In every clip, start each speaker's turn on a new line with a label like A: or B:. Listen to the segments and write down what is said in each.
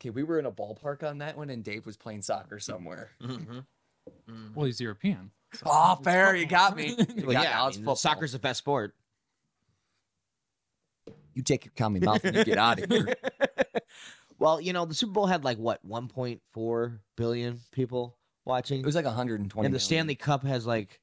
A: Okay, we were in a ballpark on that one, and Dave was playing soccer somewhere.
B: Mm-hmm.
C: Well, he's European.
A: oh, fair, you got me. You got
B: Well,
A: me.
B: yeah,
A: I
B: I
A: was
B: mean,
A: football.
B: soccer's the best sport.
A: You take your commie mouth and you get out of here.
B: Well, you know, the Super Bowl had like what 1.4 billion people watching,
A: It was like 120.
B: and the
A: million.
B: Stanley Cup has like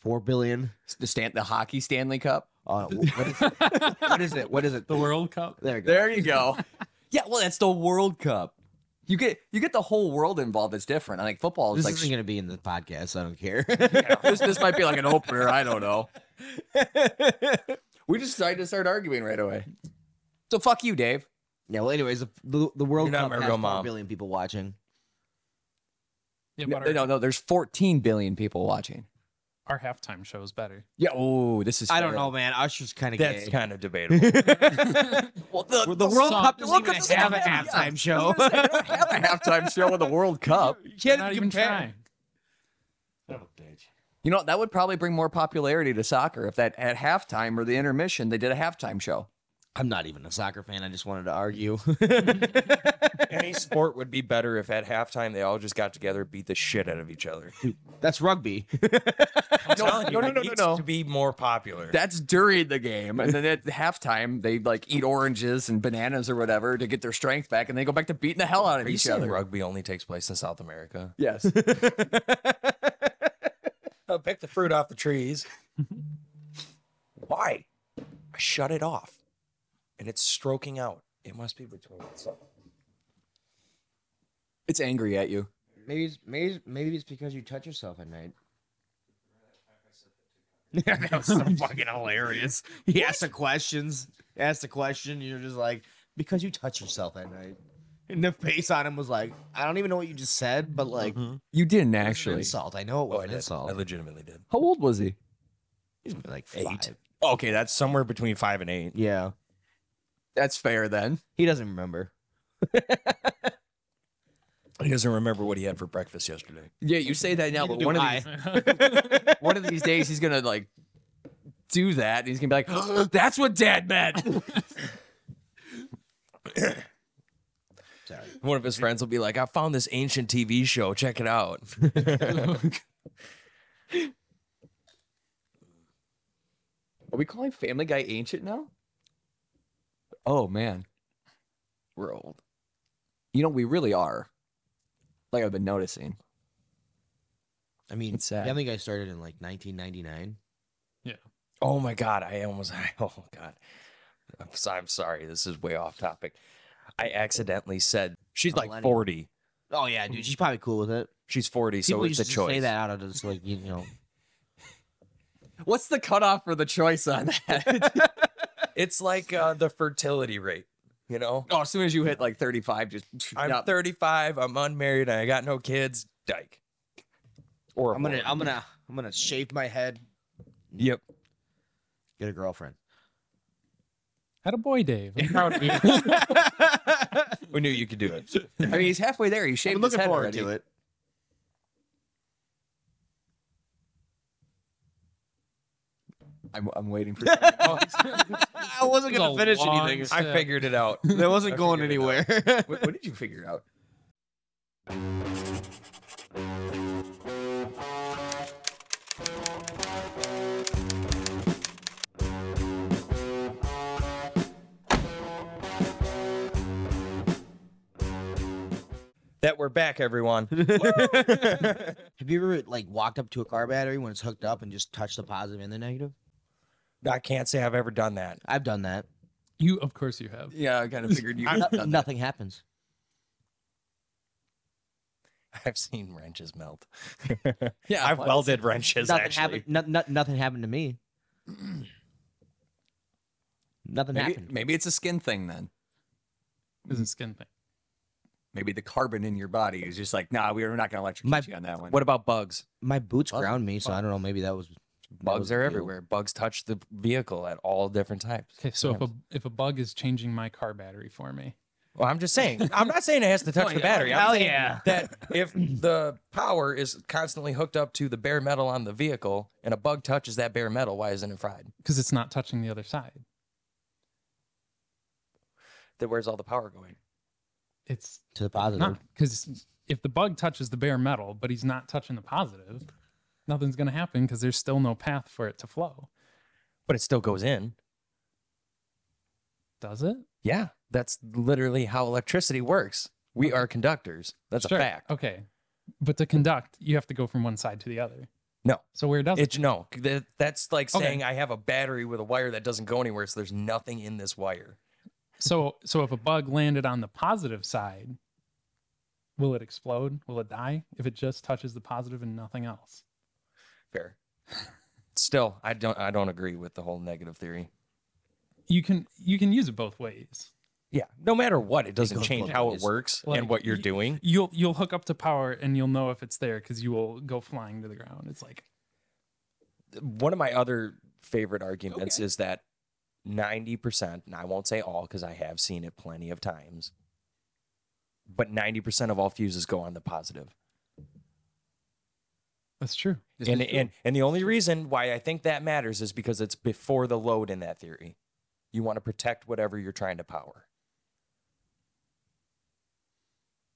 B: four billion.
A: the Stan, the hockey Stanley Cup.
B: Uh, wh- what, is, what is it? What is it?
C: The World Cup.
B: There you go.
A: There you go. yeah, well, that's the World Cup. You get you get the whole world involved. It's different. I think football is
B: This
A: like
B: isn't going to be in the podcast. I don't care.
A: this, this might be like an opener. I don't know. we just decided to start arguing right away. So fuck you, Dave.
B: yeah. Well, anyways, the the, the World
A: You're not
B: Cup
A: my
B: has
A: real
B: four
A: mom.
B: billion people watching.
C: Yeah,
A: No,
C: but our,
A: no, no, there's 14 billion people watching.
C: our halftime show is better.
A: Yeah. Oh, this is.
B: I don't
A: fair.
B: know, man. Usher's kind of
D: That's
B: gay.
D: kind of debatable.
A: Well, the,
B: Well, the World
C: song-
B: Cup
C: the
B: doesn't
C: World Cup
B: even
C: doesn't
B: have a
C: have a-
B: halftime show.
A: they don't have a halftime show in the World Cup.
D: you
C: They're
D: can't
C: not even
D: even compare.
C: trying.
A: You know that would probably bring more popularity to soccer if that at halftime or the intermission they did a halftime show.
B: I'm not even a soccer fan. I just wanted to argue.
D: Any sport would be better if at halftime they all just got together, beat the shit out of each other.
B: That's rugby.
D: no,
A: telling you, it needs
D: To
A: to
D: be more popular.
A: That's during the game, and then at halftime they like eat oranges and bananas or whatever to get their strength back, and they go back to beating the hell out of
D: Are you
A: each
D: saying
A: other.
D: rugby only takes place in South America?
A: Yes.
D: Oh, pick the fruit off the trees. Why? I shut it off, and it's stroking out. It must be between itself.
A: it's angry at you.
B: Maybe it's, maybe it's- maybe it's because you touch yourself at night. that was so fucking hilarious. He asked the questions. Asked the question. You're just like, because you touch yourself at night. And the face on him was like, I don't even know what you just said, but like,
A: You didn't
B: it's an
A: actually.
B: insult. I know it
D: Oh,
B: was Mm-hmm.
D: I
B: an
D: did. I
B: insult.
D: legitimately did.
A: How old was he?
B: He's been like
D: Eight.
B: five.
D: Okay, that's somewhere between five and eight.
B: Yeah,
A: That's fair then.
B: he doesn't remember.
D: He doesn't remember what he had for breakfast yesterday.
A: Yeah, you say that now, but
B: do
A: one of
B: I.
A: these one of these days he's gonna like do that, and he's gonna be like, "That's what Dad meant."
B: Sorry.
D: One of his friends will be like, I found this ancient TV show. Check it out.
A: Are we calling Family Guy ancient now? Oh man, we're old. You know we really are. Like I've been noticing.
B: I mean,
A: It's sad.
B: I think I started in like 1999.
D: oh my God. I almost, oh God. I'm, so, I'm sorry. This is way off topic. I accidentally said, she's like
B: Millennial.
D: 40.
B: Oh yeah, dude, she's probably cool with it.
D: She's 40, so
B: People
D: it's
B: used
D: a
B: to
D: choice.
B: say that out of just like you know.
A: What's the cutoff for the choice on that?
D: It's like uh, the fertility rate, you know?
A: oh, as soon as you hit like 35, just
D: I'm
A: Yup.
D: 35. I'm unmarried. I got no kids. Dyke. Or a
B: I'm gonna,
D: whore.
B: I'm gonna, I'm gonna shave my head.
D: Yep.
B: Get a girlfriend.
C: Had a boy, Dave. I'm proud of you.
D: We knew you could do it.
A: I mean, he's halfway there. He shaved
B: I'm
A: his
B: looking
A: head
B: forward
A: already.
B: to it.
A: I'm, I'm waiting for. something.
B: I wasn't
C: It's
B: gonna
C: a
B: finish
C: long
B: anything.
C: s-
D: I figured it out.
B: That wasn't going
D: figured it
B: anywhere.
A: what, what did you figure out?
D: That we're back, everyone.
B: Have you ever like walked up to a car battery when it's hooked up and just touched the positive and the negative?
D: I can't say I've ever done that.
B: I've done that.
C: you, of course, you have.
A: Yeah, I kind of figured you.
B: I'm-
A: had done that.
B: nothing happens.
D: I've seen wrenches melt.
A: Yeah,
D: I've
A: well,
D: welded wrenches
B: Nothing
D: actually.
B: happened. No, no- nothing happened to me. nothing
A: Maybe,
B: happened.
A: maybe it's a skin thing then.
C: It's a skin thing.
A: Maybe the carbon in your body is just like, nah, we are not going to electrocute
B: My-
A: you on that one.
D: What about bugs?
B: My boots
D: Bug-
B: ground me, so I don't know. Maybe that was that was
D: Bugs
B: the
D: are
B: deal.
D: everywhere. Bugs touch the vehicle at all different types.
C: Okay, so if a if a bug is changing my car battery for me,
D: Well, I'm just saying. I'm not saying it has to
B: Oh,
D: touch the battery. I'm saying
C: yeah.
D: That if the power is constantly hooked up to the bare metal on the vehicle and a bug touches that bare metal, why isn't it fried?
C: because it's not touching the other side.
D: Then where's all the power going?
C: it's
B: to the positive.
C: not because if the bug touches the bare metal, but he's not touching the positive, nothing's going to happen because there's still no path for it to flow.
D: but it still goes in.
C: Does it?
D: Yeah, that's literally how electricity works. We are conductors. That's
C: Sure,
D: a fact.
C: Okay. But to conduct, you have to go from one side to the other.
D: No.
C: So where does it?
D: It's no, that, that's like
C: Okay.
D: saying I have a battery with a wire that doesn't go anywhere, so there's nothing in this wire.
C: So so if a bug landed on the positive side, will it explode? Will it die if it just touches the positive and nothing else?
D: Fair. Still, I don't I don't agree with the whole negative theory.
C: You can you can use it both ways.
D: Yeah, no matter what, it doesn't
B: goes
D: change
B: both
D: how it
B: ways.
D: works
C: Like,
D: and what you're
C: y-
D: doing.
C: You'll you'll hook up to power and you'll know if it's there because you will go flying to the ground. It's like
D: One of my other favorite arguments is that 90%, and I won't say all because I have seen it plenty of times, but 90% of all fuses go on the positive.
C: that's true.
A: This
D: and,
A: is true.
D: and and the only reason why I think that matters is because it's before the load in that theory. You want to protect whatever you're trying to power.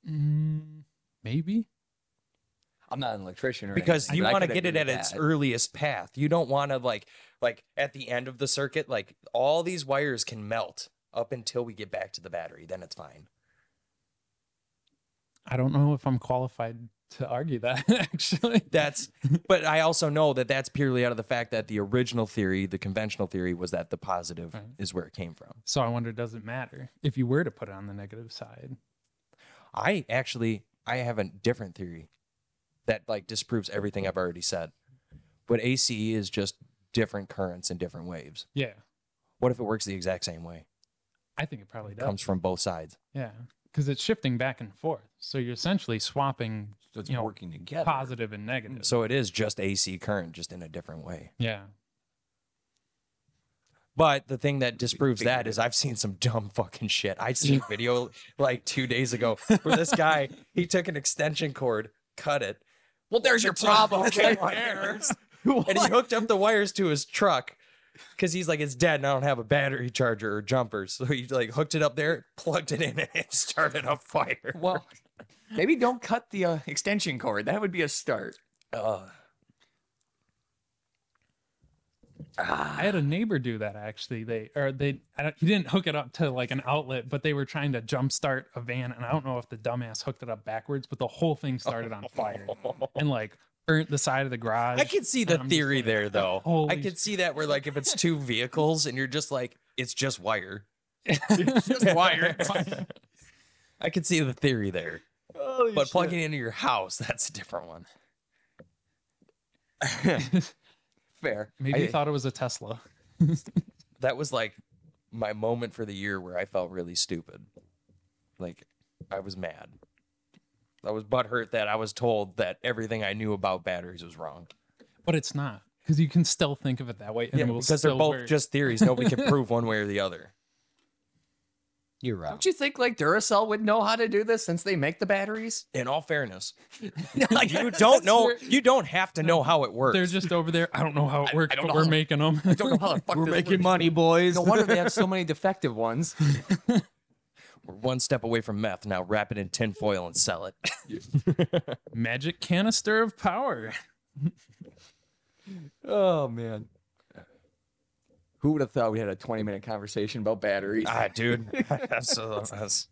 C: Mm, maybe.
A: I'm not an electrician or
D: Because
A: anything,
D: you
A: but I
D: want to
A: could
D: get it
A: agree
D: at
A: with
D: its
A: that.
D: earliest path. You don't want to like like at the end of the circuit like all these wires can melt up until we get back to the battery, then it's fine.
C: I don't know if I'm qualified to argue that actually.
D: That's but I also know that that's purely out of the fact that the original theory, the conventional theory was that the positive
C: Right.
D: is where it came from.
C: So I wonder, does it matter if you were to put it on the negative side?
D: I actually I have a different theory that like disproves everything I've already said. But ACE is just different currents and different waves.
C: Yeah,
D: What if it works the exact same way?
C: I think it probably does.
D: Comes from both sides.
C: Yeah, because it's shifting back and forth. So you're essentially swapping
A: So it's
C: you know,
A: working together.
C: positive and negative.
D: So it is just AC current just in a different way.
C: yeah,
D: But the thing that disproves that
A: figured
D: is I've seen some dumb fucking shit. I seen a video like 2 days ago where this guy he took an extension cord, cut it.
A: Well, there's your problem.
D: Okay, wires. and he hooked up the wires to his truck because he's like, it's dead and I don't have a battery charger or jumper. So he like hooked it up there, plugged it in, and it started a fire.
A: Well, maybe don't cut the uh, extension cord. That would be a start.
D: Uh,
C: I had a neighbor do that actually. They or they I don't, he didn't hook it up to like an outlet, but they were trying to jumpstart a van, and I don't know if the dumbass hooked it up backwards, but the whole thing started on fire and like burnt the side of the garage.
D: I could see the
C: I'm just
D: theory
C: like,
D: there though. I
C: holy
D: could see that where like if it's two vehicles and you're just like, it's just wire.
A: Just wire.
D: I could see the theory there.
A: Holy
D: But
A: shit.
D: plugging into your house, that's a different one.
A: fair.
C: Maybe he
A: I-
C: thought it was a Tesla.
D: that was like my moment for the year where I felt really stupid. Like I was mad. I was butthurt that I was told that everything I knew about batteries was wrong.
C: But it's not because you can still think of it that way. And
D: Yeah,
C: it will
D: because they're
C: still
D: both
C: work.
D: just theories. Nobody can prove one way or the other.
B: You're right.
A: Don't you think like Duracell would know how to do this since they make the batteries?
D: In all fairness, you don't know. You don't have to know how it works.
C: they're just over there. I don't know how it works,
A: don't
C: but
A: know
C: we're
A: how-
C: making them.
A: I don't know how the fuck
B: We're
A: this
B: making
A: works.
B: money, boys.
A: No wonder they have so many defective ones.
D: We're one step away from meth. Now wrap it in tin foil and sell it.
C: Magic canister of power.
A: Oh man. Who would have thought we had a 20 minute conversation about batteries?
D: ah, dude. That's- that's-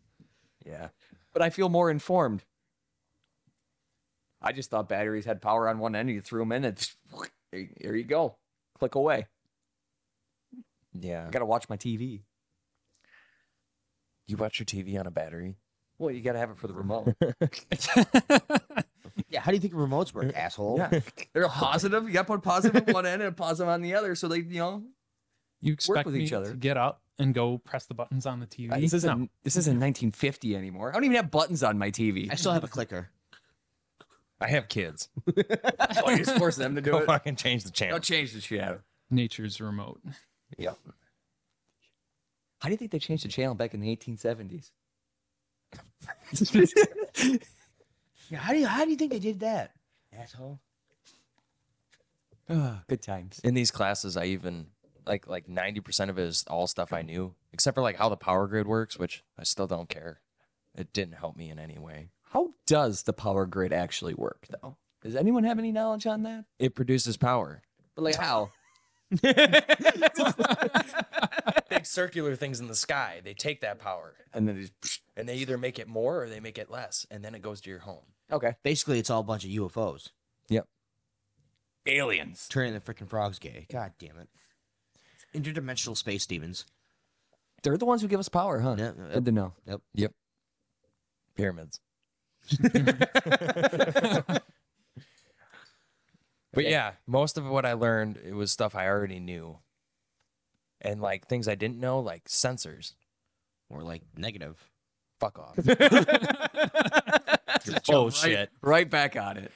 D: yeah.
A: but I feel more informed. I just thought batteries had power on one end. You threw them in, and there there you go. Click away.
D: Yeah.
A: I gotta watch my TV.
D: You watch your TV on a battery?
A: Well, you gotta have it for the remote.
B: Yeah, how do you think remotes work, asshole?
A: yeah, they're positive. You gotta put positive on one end and positive on the other, so they, you know,
C: You expect
A: with
C: me
A: each other. Uh,
C: to get up and go press the buttons on the TV?
A: this isn't
C: No.
A: this isn't 1950 anymore. I don't even have buttons on my TV.
B: I still have a clicker.
D: I have kids.
A: I just force them to do
D: Go
A: it.
D: fucking change the channel.
A: Don't change the channel.
C: nature's remote.
A: How do you think they changed the channel back in the 1870s?
B: Yeah, how do you how do you think they did that? Asshole.
A: Ah, Good times.
D: in these classes i even like like 90% of it is all stuff i knew except for like how the power grid works which i still don't care It didn't help me in any way.
A: How does the power grid actually work, though? Does anyone have any knowledge on that?
D: It produces power.
A: But like, how?
D: Big circular things in the sky, they take that power
A: And then just
D: and they either make it more or they make it less, and then it goes to your home.
A: okay.
B: Basically, it's all a bunch of UFOs
A: Aliens.
B: turning the freaking frogs gay. God damn it. Interdimensional space demons.
A: They're the ones who give us power, huh?
B: Yeah,
A: Good to know.
D: Pyramids. But yeah, most of what I learned it was stuff I already knew. And like things I didn't know, like sensors.
B: Or like negative.
D: Fuck off.
A: Oh shit. Right back on it.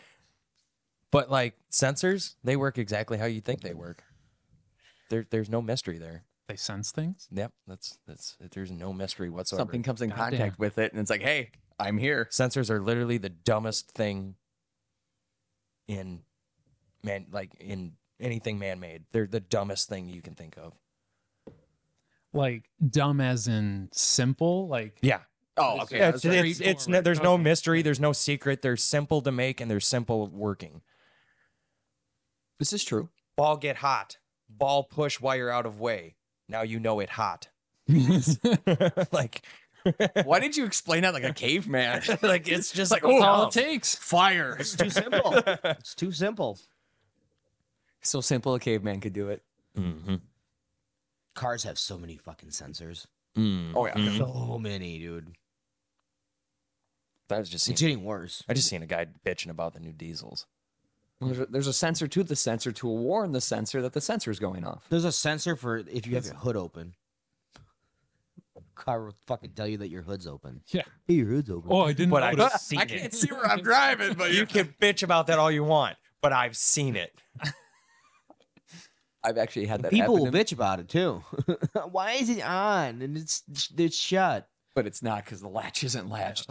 D: But like sensors, they work exactly how you think they work. There, there's no mystery there.
C: They sense things.
D: Yep, that's that's there's no mystery whatsoever.
A: Something comes in
C: Goddamn.
A: contact with it, and it's like, hey, I'm here.
D: Sensors are literally the dumbest thing in man, like in anything man-made. They're the dumbest thing you can think of.
C: Like dumb as in simple. Like
D: Yeah,
A: Oh, okay.
D: Yeah, it's,
C: that's
D: it's, it's no,
C: straightforward.
D: there's no
C: Okay.
D: mystery, there's no secret, they're simple to make and they're simple working.
A: This is true.
D: Ball get hot, ball push wire out of way. Now you know it hot. like
A: Why did you explain that like a caveman?
D: like it's just like oh,
C: that's all it takes.
A: Fire.
B: It's too simple. it's too simple.
A: So simple a caveman could do it.
D: Mm-hmm.
B: Cars have so many fucking sensors.
D: Mm-hmm.
A: Oh yeah.
B: So many, dude.
D: I was just
B: It's
D: seeing,
B: getting worse.
D: I just seen a guy bitching about the new diesels.
A: There's a, there's a sensor to the sensor to warn the sensor that the sensor is going off.
B: There's a sensor for if you have your hood open. Car will fucking tell you that your hood's open.
C: Yeah.
B: Hey, your hood's open.
C: Oh, I didn't.
D: But I-
C: notice.
A: I can't see where I'm driving, but
D: You can bitch about that all you want, but I've seen it.
A: I've actually had that.
B: People will
A: happen to me,
B: bitch about it too. Why is it on and it's it's shut?
A: but it's not because the latch isn't latched.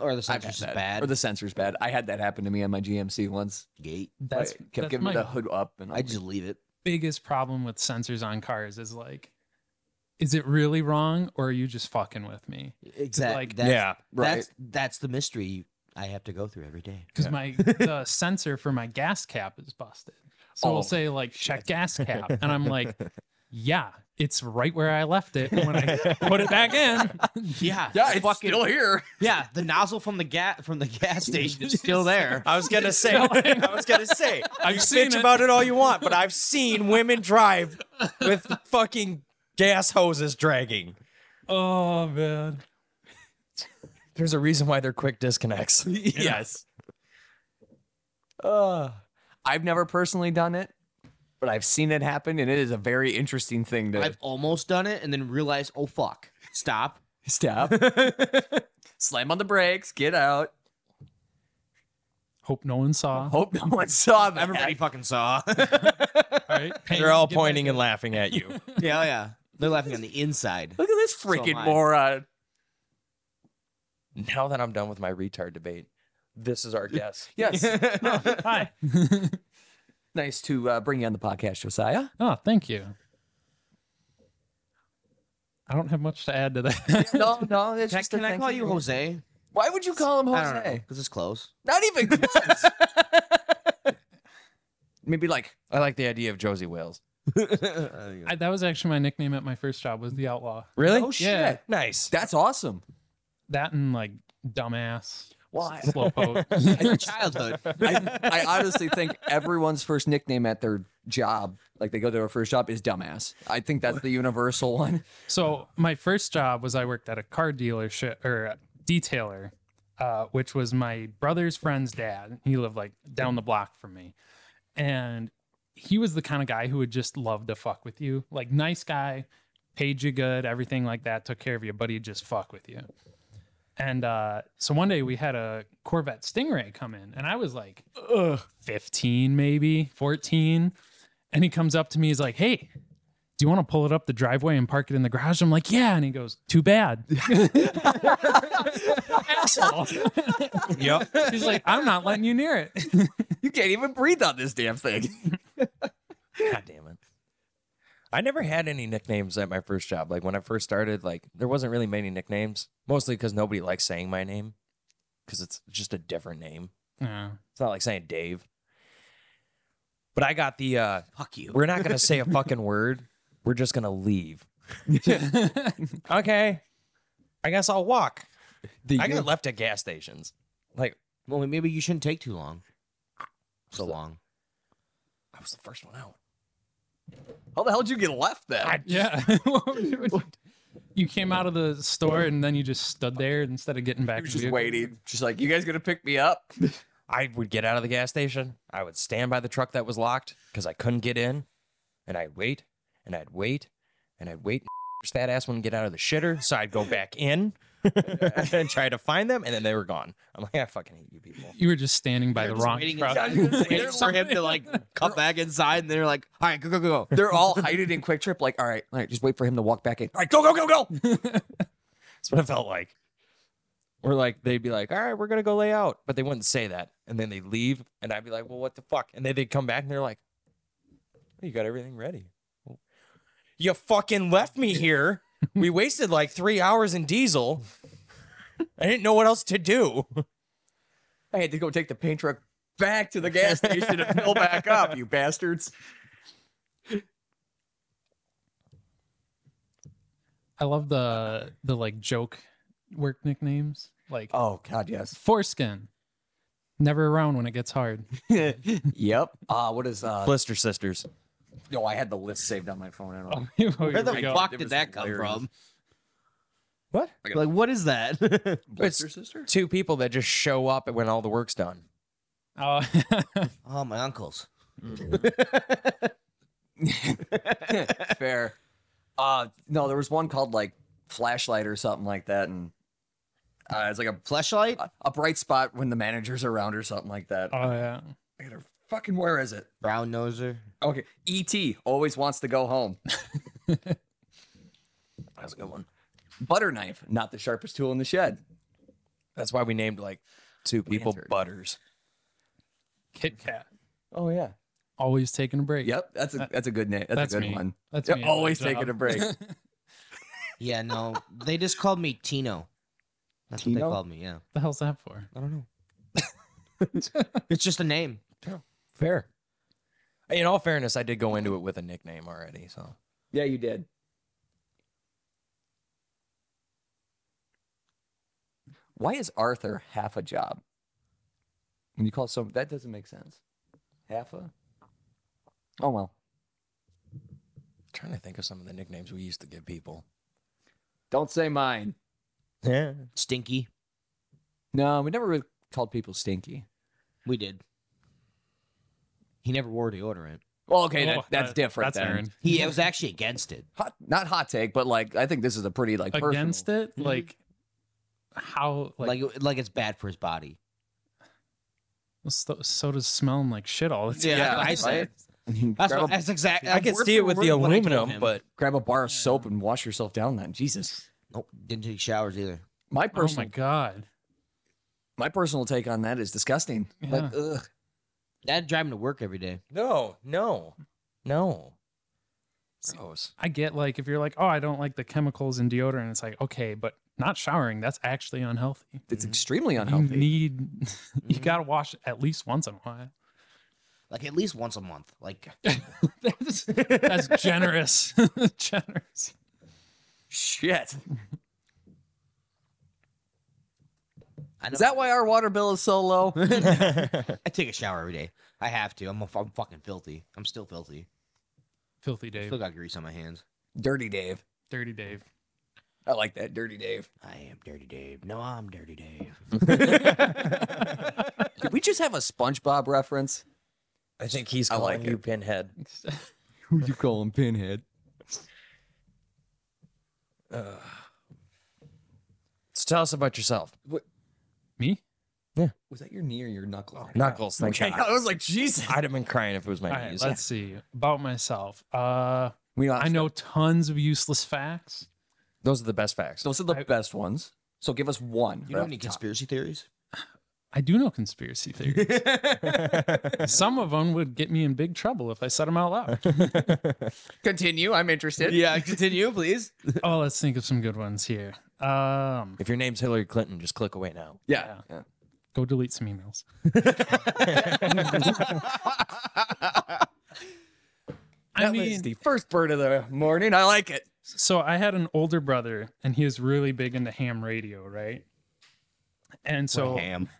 B: Or the
A: I've had
B: sensor's
A: that.
B: just bad.
A: Or the sensor's bad. I had that happen to me on my GMC once.
B: gate.
C: that's
A: I kept
C: that's
A: giving
C: my
A: me the hood up, and I'm
B: I just leave it.
C: biggest problem with sensors on cars is like, is it really wrong or are you just fucking with me?
B: Exactly.
C: like-
B: that's,
D: Yeah,
A: right.
B: That's that's the mystery I have to go through every day.
C: Because my the sensor for my gas cap is busted. So
A: Oh,
C: it'll say like check gas cap, and I'm like, yeah, it's right where I left it when I put it back in.
B: Yeah.
A: like, yeah, it's still here.
B: Yeah. The nozzle from the gas from the gas station is still there.
D: I was gonna say, I was gonna say,
C: I've
D: you
C: seen
D: bitch
C: it.
D: about it all you want, but I've seen women drive with fucking gas hoses dragging.
C: Oh man,
D: There's a reason why they're quick disconnects.
A: yes. Uh, I've never personally done it, but I've seen it happen, and it is a very interesting thing to
B: I've almost done it and then realized, oh fuck. Stop.
A: stop, slam on the brakes, get out.
C: hope no one saw. All
A: Hope no one saw that.
B: Everybody fucking saw.
C: right,
D: They're all pointing and laughing at you.
B: Yeah, oh, yeah. They're laughing on the inside.
A: Look at this
B: am
A: freaking
B: I.
A: moron.
D: now that I'm done with my retard debate, this is our guess.
A: Yes.
C: Hi.
A: nice to uh, bring you on the podcast, Josiah.
C: Oh, thank you. I don't have much to add to that.
A: No, no. It's
B: Can,
A: just a
B: can I
A: thank
B: call you Jose?
A: Why would you call him
B: I don't know
A: Jose?
B: because it's close.
A: Not even close. Maybe like
D: I like the idea of Josie Wales.
C: I, that was actually my nickname at my first job was the outlaw.
D: Really?
A: oh shit,
C: Yeah.
D: Nice.
A: that's awesome.
C: That and like dumbass,
A: Well, I,
C: slowpoke.
B: Your childhood.
A: I, I honestly think everyone's first nickname at their job, like they go to their first job, is dumbass. I think that's the universal one.
C: So my first job was I worked at a car dealership or a detailer, uh, which was my brother's friend's dad. He lived like down the block from me, and he was the kind of guy who would just love to fuck with you. Like nice guy, paid you good, everything like that, took care of you, but he'd just fuck with you. And uh, so one day we had a Corvette Stingray come in, and I was like, ugh, 15 maybe, 14. And he comes up to me, he's like, hey, do you want to pull it up the driveway and park it in the garage? I'm like, yeah. And he goes, too bad. Asshole.
D: Yep.
C: He's like, I'm not letting you near it.
A: You can't even breathe on this damn thing.
D: God damn it. I never had any nicknames at my first job. Like when I first started, like there wasn't really many nicknames, mostly because nobody likes saying my name because it's just a different name.
C: Yeah.
D: It's not like saying Dave. But I got the uh
B: Fuck you.
D: we're not gonna say a fucking word. We're just gonna leave. Okay. I guess I'll walk.
A: The
D: I
A: year-
D: got left at gas stations. Like
B: Well, maybe you shouldn't take too long. So long.
D: I was the first one out.
A: How the hell did you get left then?
C: yeah. you came out of the store and then you just stood there instead of getting back.
A: He was
C: in the
A: just
C: vehicle.
A: waiting. Just like, you guys gonna pick me up?
D: I would get out of the gas station. I would stand by the truck that was locked because I couldn't get in. And I'd wait and I'd wait and I'd wait. Fat ass wouldn't get out of the shitter. So I'd go back in and try to find them. And then they were gone. I'm like, I fucking hate you people.
C: You were just standing by
B: They're
C: the
B: just
C: wrong
B: waiting
C: truck.
B: inside. They're just
C: Waiting
B: waiting for him to like come back inside, and they're like, "All right, go, go, go, go."
A: They're all hiding in Quick Trip. Like, all right, all right, just wait for him to walk back in. All right, go, go, go, go.
D: That's what it felt like. Or like they'd be like, all right, we're gonna go lay out, but they wouldn't say that. And then they leave, and I'd be like, well, what the fuck? And then they'd come back and they're like, "Well, you got everything ready. Well, You fucking left me here. we wasted like three hours in diesel. I didn't know what else to do.
A: I had to go take the paint truck back to the gas station to fill back up, you bastards.
C: I love the the like joke work nicknames. Like
A: Oh God, yes.
C: foreskin. Never around when it gets hard.
A: Yep. Uh what is uh
D: Blister sisters.
A: no, I had the list saved on my phone. I don't
C: Oh.
A: know.
B: Where the
C: Here we go.
B: fuck
A: It
B: did
A: was
B: that come
A: hilarious.
B: from?
D: What?
B: Like, what is that?
A: Blister sister?
D: Two people that just show up when all the work's done.
C: Oh,
B: oh, my uncles.
A: Fair. Uh no, there was one called like flashlight or something like that, and uh, it's like a
B: Flashlight.
A: a bright spot when the manager's around or something like that.
C: oh yeah.
A: I gotta fucking where is it?
B: Brown noser.
A: Okay. E.T. always wants to go home.
D: That was a good one.
A: Butter knife, not the sharpest tool in the shed.
D: That's why we named like two people
A: Lantern.
D: butters.
C: Kit Kat.
A: Oh yeah.
C: Always taking a break.
A: Yep. That's a that's a good name. That's,
C: that's
A: a good
C: me.
A: one.
C: That's
A: Yep,
C: me at my
A: always
C: job.
A: taking a break.
B: Yeah, no, they just called me Tino. That's what
A: Tino?
B: they called me. Yeah,
C: the hell's that for?
B: I don't know. it's just a name.
D: Fair. In all fairness, I did go into it with a nickname already, so
A: yeah, you did. Why is Arthur half a job? When you call some that doesn't make sense. Half a Oh well.
D: trying to think of some of the nicknames we used to give people.
A: Don't say mine.
D: Yeah.
B: Stinky.
A: No, we never really called people stinky.
B: We did. He never wore deodorant.
A: Well, okay,
C: Oh,
A: that, that's
C: that-
A: different.
C: That's
A: then.
C: Aaron.
B: He was actually against it.
A: Hot, not hot take, but like I think this is a pretty like personal- Mm-hmm.
C: Against it? Like how like,
B: Like, like, it's bad for his body.
C: so, soda's smelling like shit all the time.
B: Yeah, I
A: right?
B: said. That's,
A: grab,
B: what,
A: a,
B: that's exactly.
D: I could see it with the aluminum, but
A: grab a bar of soap and wash yourself down. Then Jesus,
B: nope, didn't take showers either.
A: my
C: Oh
A: personal
C: my god.
A: my personal take on that is disgusting. Like, ugh.
B: Dad drive him to work every day.
D: no, no, no. Gross.
C: I get like if you're like, oh, I don't like the chemicals in deodorant. It's like okay, but not showering that's actually unhealthy.
A: It's extremely
C: You
A: unhealthy. Mm-hmm.
C: need you gotta wash at least once in a while.
B: Like at least once a month. Like
C: that's, that's generous. generous.
A: Shit.
B: I know
A: Is that why our water bill is so low?
B: I take a shower every day. I have to. I'm a, I'm fucking filthy. I'm still filthy.
C: Filthy Dave.
B: Still got grease on my hands.
A: Dirty Dave.
C: Dirty Dave.
A: I like that. Dirty Dave.
B: I am Dirty Dave. No, I'm Dirty Dave.
A: Did we just have a SpongeBob reference?
D: I think he's
A: I
D: calling
A: like
D: you
A: it.
D: pinhead.
A: Who you calling Pinhead?
D: So tell us about yourself.
C: Me?
A: Was that your knee or your knuckle?
D: Knuckles, thank
A: Okay,
D: God.
A: I was like, Jesus.
D: I'd have been crying if it was
C: All
D: my
C: right,
D: knees.
C: let's see. About myself. Uh
A: We
C: I know tons of useless facts.
D: Those are the best facts.
A: Those are the best ones. So give us one.
B: You don't have any conspiracy theories?
C: I do know conspiracy theories. Some of them would get me in big trouble if I said them out loud.
A: Continue. I'm interested.
B: yeah, continue, please.
C: oh, let's think of some good ones here. Um,
D: If your name's Hillary Clinton, just click away now.
A: Yeah. yeah.
C: go delete some emails. I
A: That was
C: mean,
A: the first bird of the morning. I like it.
C: so I had an older brother, and he was really big into ham radio, right? And so
B: ham.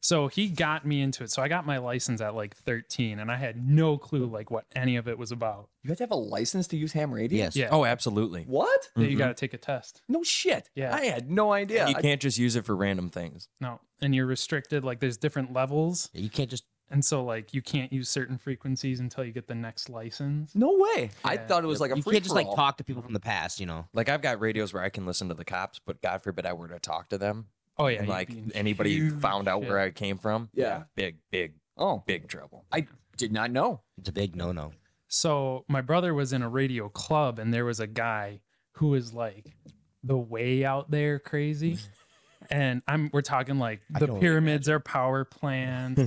C: So he got me into it. So I got my license at like 13 and I had no clue like what any of it was about.
A: You have to have a license to use ham radio.
B: Yes.
C: Yeah.
D: Oh, absolutely.
A: What?
C: That you got to take a test.
A: No shit.
C: Yeah.
A: I had no idea.
D: You
A: I-
D: can't just use it for random things.
C: No. And you're restricted like there's different levels
B: You can't just.
C: and so like you can't use certain frequencies until you get the next license.
A: no way. I
C: Yeah.
A: thought it was like a
B: you
A: free
B: can't just like talk to people from the past, you know.
D: Like I've got radios where I can listen to the cops, but God forbid I were to talk to them
C: Oh yeah.
D: and
C: you'd
D: like
C: be in
D: anybody
C: huge
D: found out
C: shit.
D: where I came from.
A: Yeah.
D: Big, big,
A: Oh,
D: big trouble.
A: I did not know.
B: It's a big no-no.
C: So my brother was in a radio club, and there was a guy who was like the way out there crazy. And I'm we're talking like
B: I
C: the
B: can only
C: pyramids are power plants,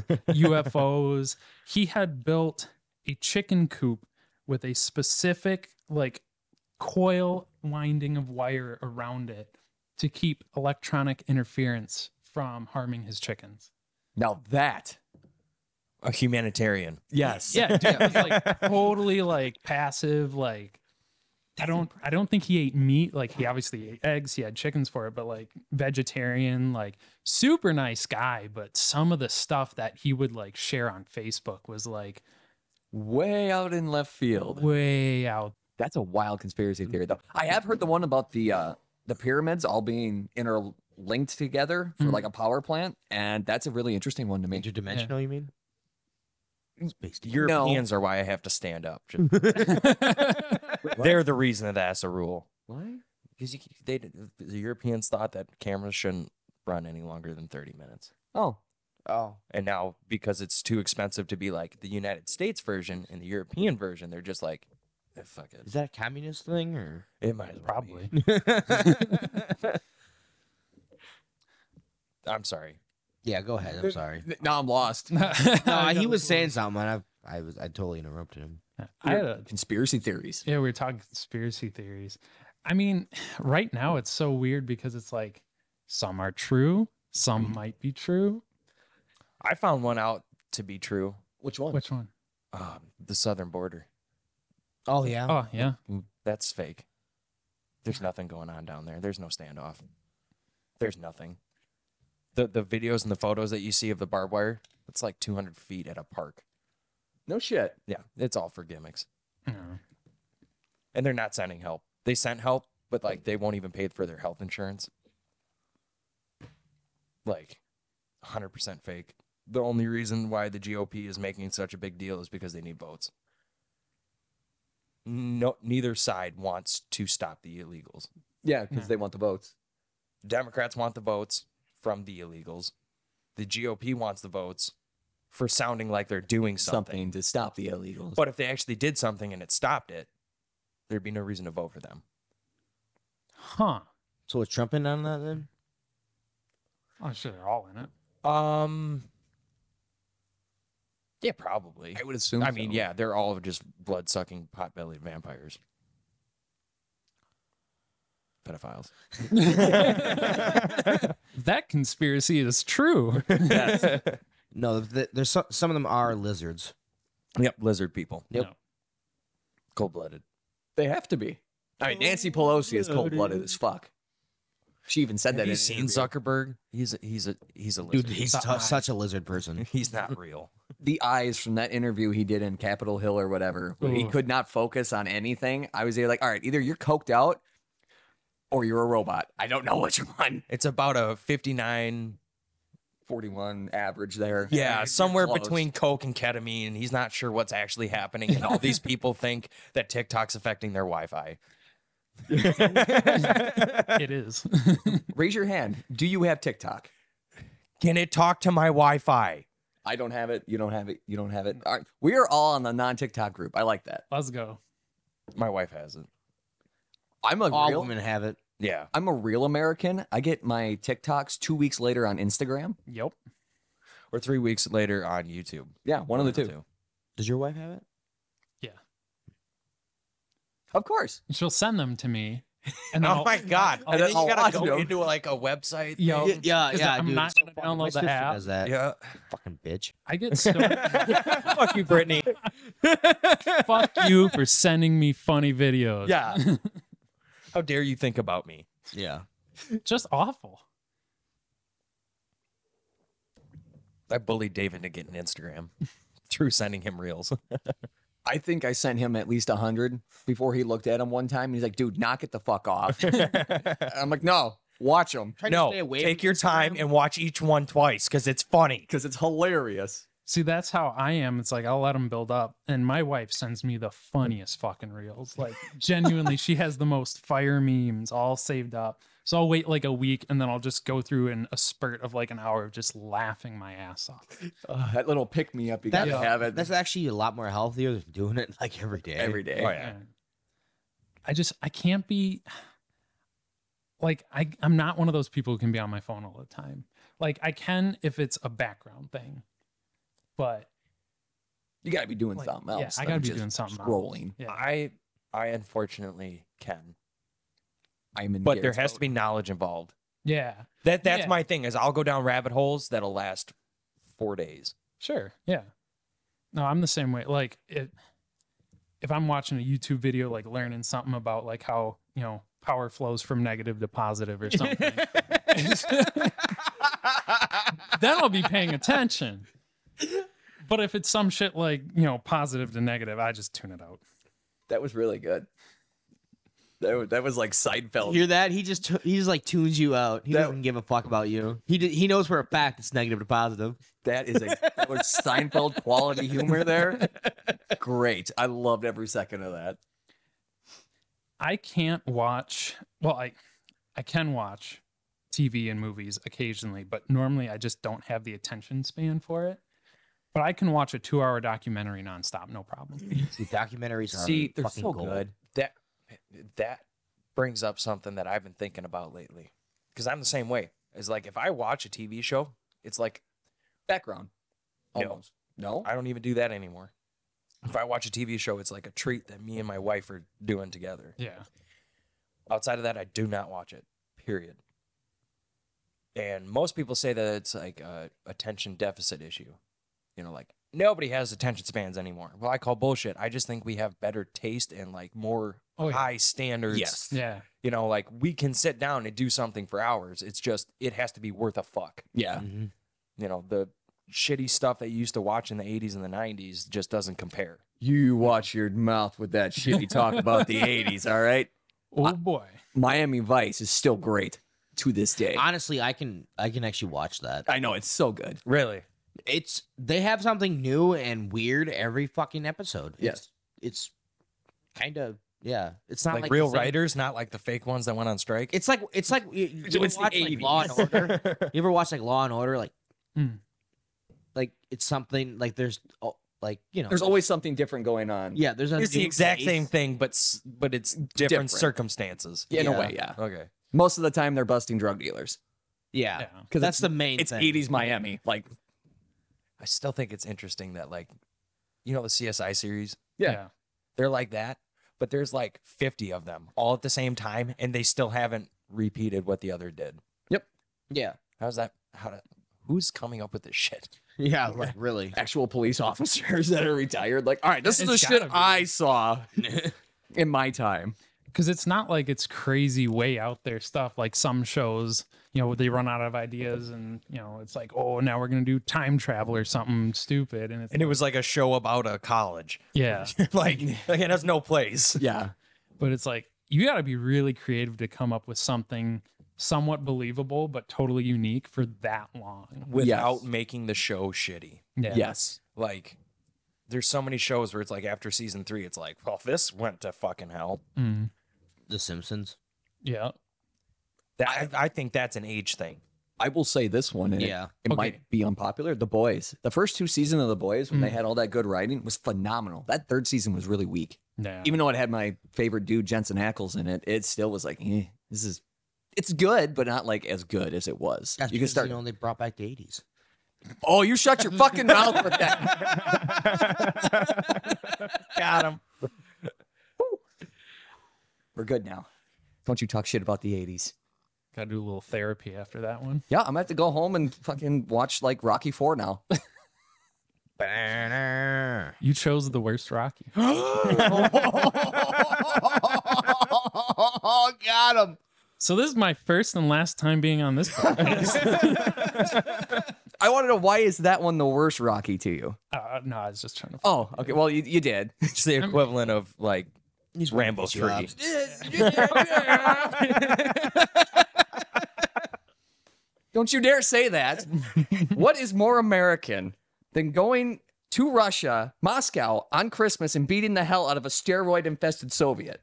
C: UFOs. He had built a chicken coop with a specific like coil winding of wire around it to keep electronic interference from harming his chickens.
A: Now that.
D: A humanitarian.
A: Yes.
C: Yeah, dude, it was like totally like passive. Like, I don't, I don't think he ate meat. Like, he obviously ate eggs. He had chickens for it, but like vegetarian, like super nice guy. But some of the stuff that he would like share on Facebook was like
A: Way out in left field.
C: way out.
A: That's a wild conspiracy theory, though. I have heard the one about the uh, the pyramids all being interlinked together for
C: Mhm.
A: like a power plant, and that's a really Mm-hmm. interesting one to me.
B: Interdimensional, you mean? Space to
D: Europeans are why I have to stand up. Just- They're the reason that that's a rule.
A: Why?
D: Because you, they, the Europeans thought that cameras shouldn't run any longer than 30 minutes.
A: Oh,
B: Oh,
D: And now, because it's too expensive to be like the United States version and the European version, they're just like, eh, fuck it.
B: is that a communist thing or?
D: It might as well be.
C: Probably.
D: I'm sorry.
B: yeah, go ahead. I'm sorry.
A: now I'm lost.
B: No, he
C: got
B: was
C: a-
B: saying something. and I, I was, I totally interrupted him.
C: I had a
A: Conspiracy theories.
C: Yeah, we were talking conspiracy theories. I mean, right now it's so weird because it's like some are true, some might be true.
D: I found one out to be true.
A: Which one?
C: Which one?
D: Um, the southern border.
B: Oh yeah.
C: Oh yeah.
D: That's fake. There's nothing going on down there. There's no standoff. There's nothing. The the videos and the photos that you see of the barbed wire, it's like 200 feet at a park.
A: No shit.
D: Yeah, it's all for gimmicks.
C: No.
D: And they're not sending help. They sent help, but like they won't even pay for their health insurance. Like 100% fake. The only reason why the GOP is making such a big deal is because they need votes. No, neither side wants to stop the illegals.
A: Yeah, because
C: Yeah.
A: they want the votes.
D: Democrats want the votes from the illegals. The GOP wants the votes for sounding like they're doing something.
A: Something to stop the illegals.
D: But if they actually did something and it stopped it, there'd be no reason to vote for them.
C: Huh.
B: So was Trump in on that then?
C: I'm sure Oh, they're all in it.
D: Um Yeah, probably.
A: would assume.
D: I mean, yeah, they're all just blood sucking pot bellied vampires. Pedophiles.
C: That conspiracy is true.
B: No, th there's some, some of them are lizards.
D: Yep, lizard people.
B: Yep.
C: No.
D: Cold blooded.
A: they have to be. I mean, Nancy Pelosi is cold blooded as fuck. She even said
D: Have
A: that. in
D: you
A: an
D: seen
A: interview.
D: Zuckerberg? He's a, he's a he's a lizard.
B: Dude, he's t- such a lizard person.
D: he's not real.
A: the eyes from that interview he did in Capitol Hill or whatever. where He
C: Ooh.
A: could not focus on anything. I was there like, all right, either you're coked out or you're a robot. I don't know which one.
D: It's about a 59.
A: 41 average there.
D: Yeah,
A: You're
D: somewhere
A: close.
D: between coke and ketamine. He's not sure what's actually happening, and all these people think that TikTok's affecting their Wi-Fi.
C: It is.
A: Raise your hand. Do you have TikTok?
D: Can it talk to my Wi-Fi?
A: I don't have it. You don't have it. You don't have it. All right. We are all on the non TikTok group. I like that.
C: Let's go.
D: My wife has it.
A: I'm a
B: All
A: real
B: women have it.
D: Yeah,
A: I'm a real American. I get my TikToks 2 weeks later on Instagram.
C: Yep.
D: or three weeks later on YouTube.
A: Yeah, one of the two.
B: Does your wife have it?
A: Of course.
C: She'll send them to me. And then
D: Oh
C: I'll-
D: my god!
A: And
D: And then
A: then
D: you
A: I'll
D: gotta
A: watch
D: go
A: them.
D: into like a website.
C: Yo,
D: thing.
B: Yeah,
C: 'Cause I'm not gonna download
B: My
C: the
B: sister
C: app.
B: Does that?
D: yeah.
B: Fucking bitch.
C: I get so
D: Fuck you, Brittany.
C: fuck you for sending me funny videos.
D: Yeah. How dare you think about me?
B: Yeah.
C: Just awful.
D: I bullied David into getting Instagram through sending him reels.
A: I think I sent him at least 100 before he looked at him one time. And he's like, dude, knock it the fuck off. I'm like, no, watch him
D: no, take your time and watch each one twice because it's funny.
A: because it's hilarious.
C: See, that's how I am. It's like I'll let them build up, and my wife sends me the funniest fucking reels. Like genuinely, she has the most fire memes all saved up. So I'll wait like a week, and then I'll just go through in a spurt of like an hour of just laughing my ass off.
A: Uh, that little pick me up you got
B: That's,
A: to have it
B: that's actually a lot more healthier than doing it like every day.
A: every day.
D: Oh, yeah.
C: And I just I can't be like I I'm not one of those people who can be on my phone all the time. Like I can if it's a background thing, but
A: You got to be doing
C: Like,
A: something
C: yeah,
A: else.
C: I
A: than
C: gotta be
A: just
C: doing something else.
A: Scrolling.
C: yeah,
D: I I unfortunately can.
A: I'm in
D: But there
A: Garrett's
D: has to
A: boat.
D: be knowledge involved.
C: yeah,
D: That that's
C: Yeah.
D: my thing is I'll go down rabbit holes that'll last four days.
C: sure, yeah. No, I'm the same way. Like it, if I'm watching a YouTube video, like learning something about like how you know power flows from negative to positive or something, then I'll be paying attention. But if it's some shit like you know positive to negative, I just tune it out.
A: That was really good. That was, that was like Seinfeld.
B: Hear that? He just t- he just like tunes you out. He
A: That-
B: doesn't give a fuck about you. He d- he knows for a fact it's negative to positive.
A: That is a that was Seinfeld quality humor there. Great. I loved every second of that.
C: I can't watch. Well, I I can watch TV and movies occasionally, but normally I just don't have the attention span for it. But I can watch a two-hour documentary nonstop, no problem.
B: The documentaries are
D: See, they're
B: fucking
D: so
B: gold.
D: good. That that brings up something that I've been thinking about lately. Because I'm the same way. It's like if I watch a TV show, it's like
A: Background.
D: No.
A: Almost. No.
D: I don't even do that anymore. If I watch a TV show, it's like a treat that me and my wife are doing together.
C: Yeah,
D: Outside of that, I do not watch it. Period. And most people say that it's like a attention deficit issue. You know, like nobody has attention spans anymore. Well, I call bullshit. I just think we have better taste and like more
C: Oh, yeah.
D: high standards.
A: Yes.
C: yeah.
D: You know, like we can sit down and do something for hours. It's just it has to be worth a fuck.
A: Yeah.
B: Mhm.
D: You know, the shitty stuff that you used to watch in the 80s and the 90s just doesn't compare.
A: You watch your mouth with that shit you talk about the 80s, all right?
C: Oh boy,
A: Miami Vice is still great to this day. I,
B: Honestly, I can I can actually watch that.
A: know it's so good.
D: Really?
B: It's they have something new and weird every fucking episode.
A: Yes.
B: It's, it's kind of yeah. It's not like,
D: like, real
B: the same-
D: writers, not like the fake ones that went on strike.
B: It's like it's like you, you ever
A: it's the
B: watch like Law and
A: 80s.
B: Order. you ever watch like Law and Order? Like,
C: Mm.
B: like it's something like there's oh, like you know
A: There's always something different going on.
B: yeah there's a
D: it's the
B: new
D: exact
B: case.
D: same thing, but s- but it's different,
A: Different.
D: circumstances.
A: Yeah, in a
B: Yeah.
A: way, yeah.
D: Okay.
A: Most of the time they're busting drug dealers.
B: Yeah,
C: yeah.
A: Because
B: that's the main.
A: it's
B: thing.
A: 80s Miami. Like
D: I still think it's interesting that like, you know, the CSI series,
A: Yeah.
D: they're like that, but there's like 50 of them all at the same time, and they still haven't repeated what the other did.
B: Yeah,
D: How's that? How to? Who's coming up with this shit?
A: Oh,
B: yeah, like really.
A: actual police officers that are retired. Like, all right, this is the
C: It's
A: shit
C: gotta be.
A: I saw in my time.
C: because it's not like it's crazy way out there stuff like some shows you know they run out of ideas and you know it's like oh now we're gonna do time travel or something stupid and it's
D: And it was like a show about a college.
C: yeah
D: like, like it has no place.
A: Yeah.
C: but it's like you got to be really creative to come up with something somewhat believable but totally unique for that long
D: Without making the show shitty.
C: yeah
A: Yes.
D: like there's so many shows where it's like after season three, it's like, well, this went to fucking hell.
C: Mm.
B: The Simpsons.
C: yeah
D: That I, I think that's an age thing.
A: I will say this one. And
B: Yeah.
A: It, it
C: Okay.
A: might be unpopular. The Boys. The first two seasons of The Boys, when they
C: Mm.
A: had all that good writing, was phenomenal. That third season was really weak.
C: yeah
A: Even though it had my favorite dude, Jensen Ackles, in it, it still was like, eh, this is, it's good, but not like as good as it was.
B: That's
A: you can
B: because,
A: start.
B: You know, they brought back the eighties.
A: Oh, you shut your fucking mouth with that.
D: Got him.
A: We're good now. Don't you talk shit about the 80s.
C: Got to do a little therapy after that one.
A: Yeah, I'm gonna have to go home and fucking watch like Rocky Four now.
C: You chose the worst Rocky.
B: oh, got him.
C: So this is my first and last time being on this podcast.
A: I want to know why is that one the worst Rocky to you?
C: uh, no, I was just trying to.
A: Oh, okay. Well, you, you did.
D: It's the equivalent of like Rambo three.
A: Don't you dare say that. what is more American than going to Russia, Moscow, on Christmas and beating the hell out of a steroid infested Soviet?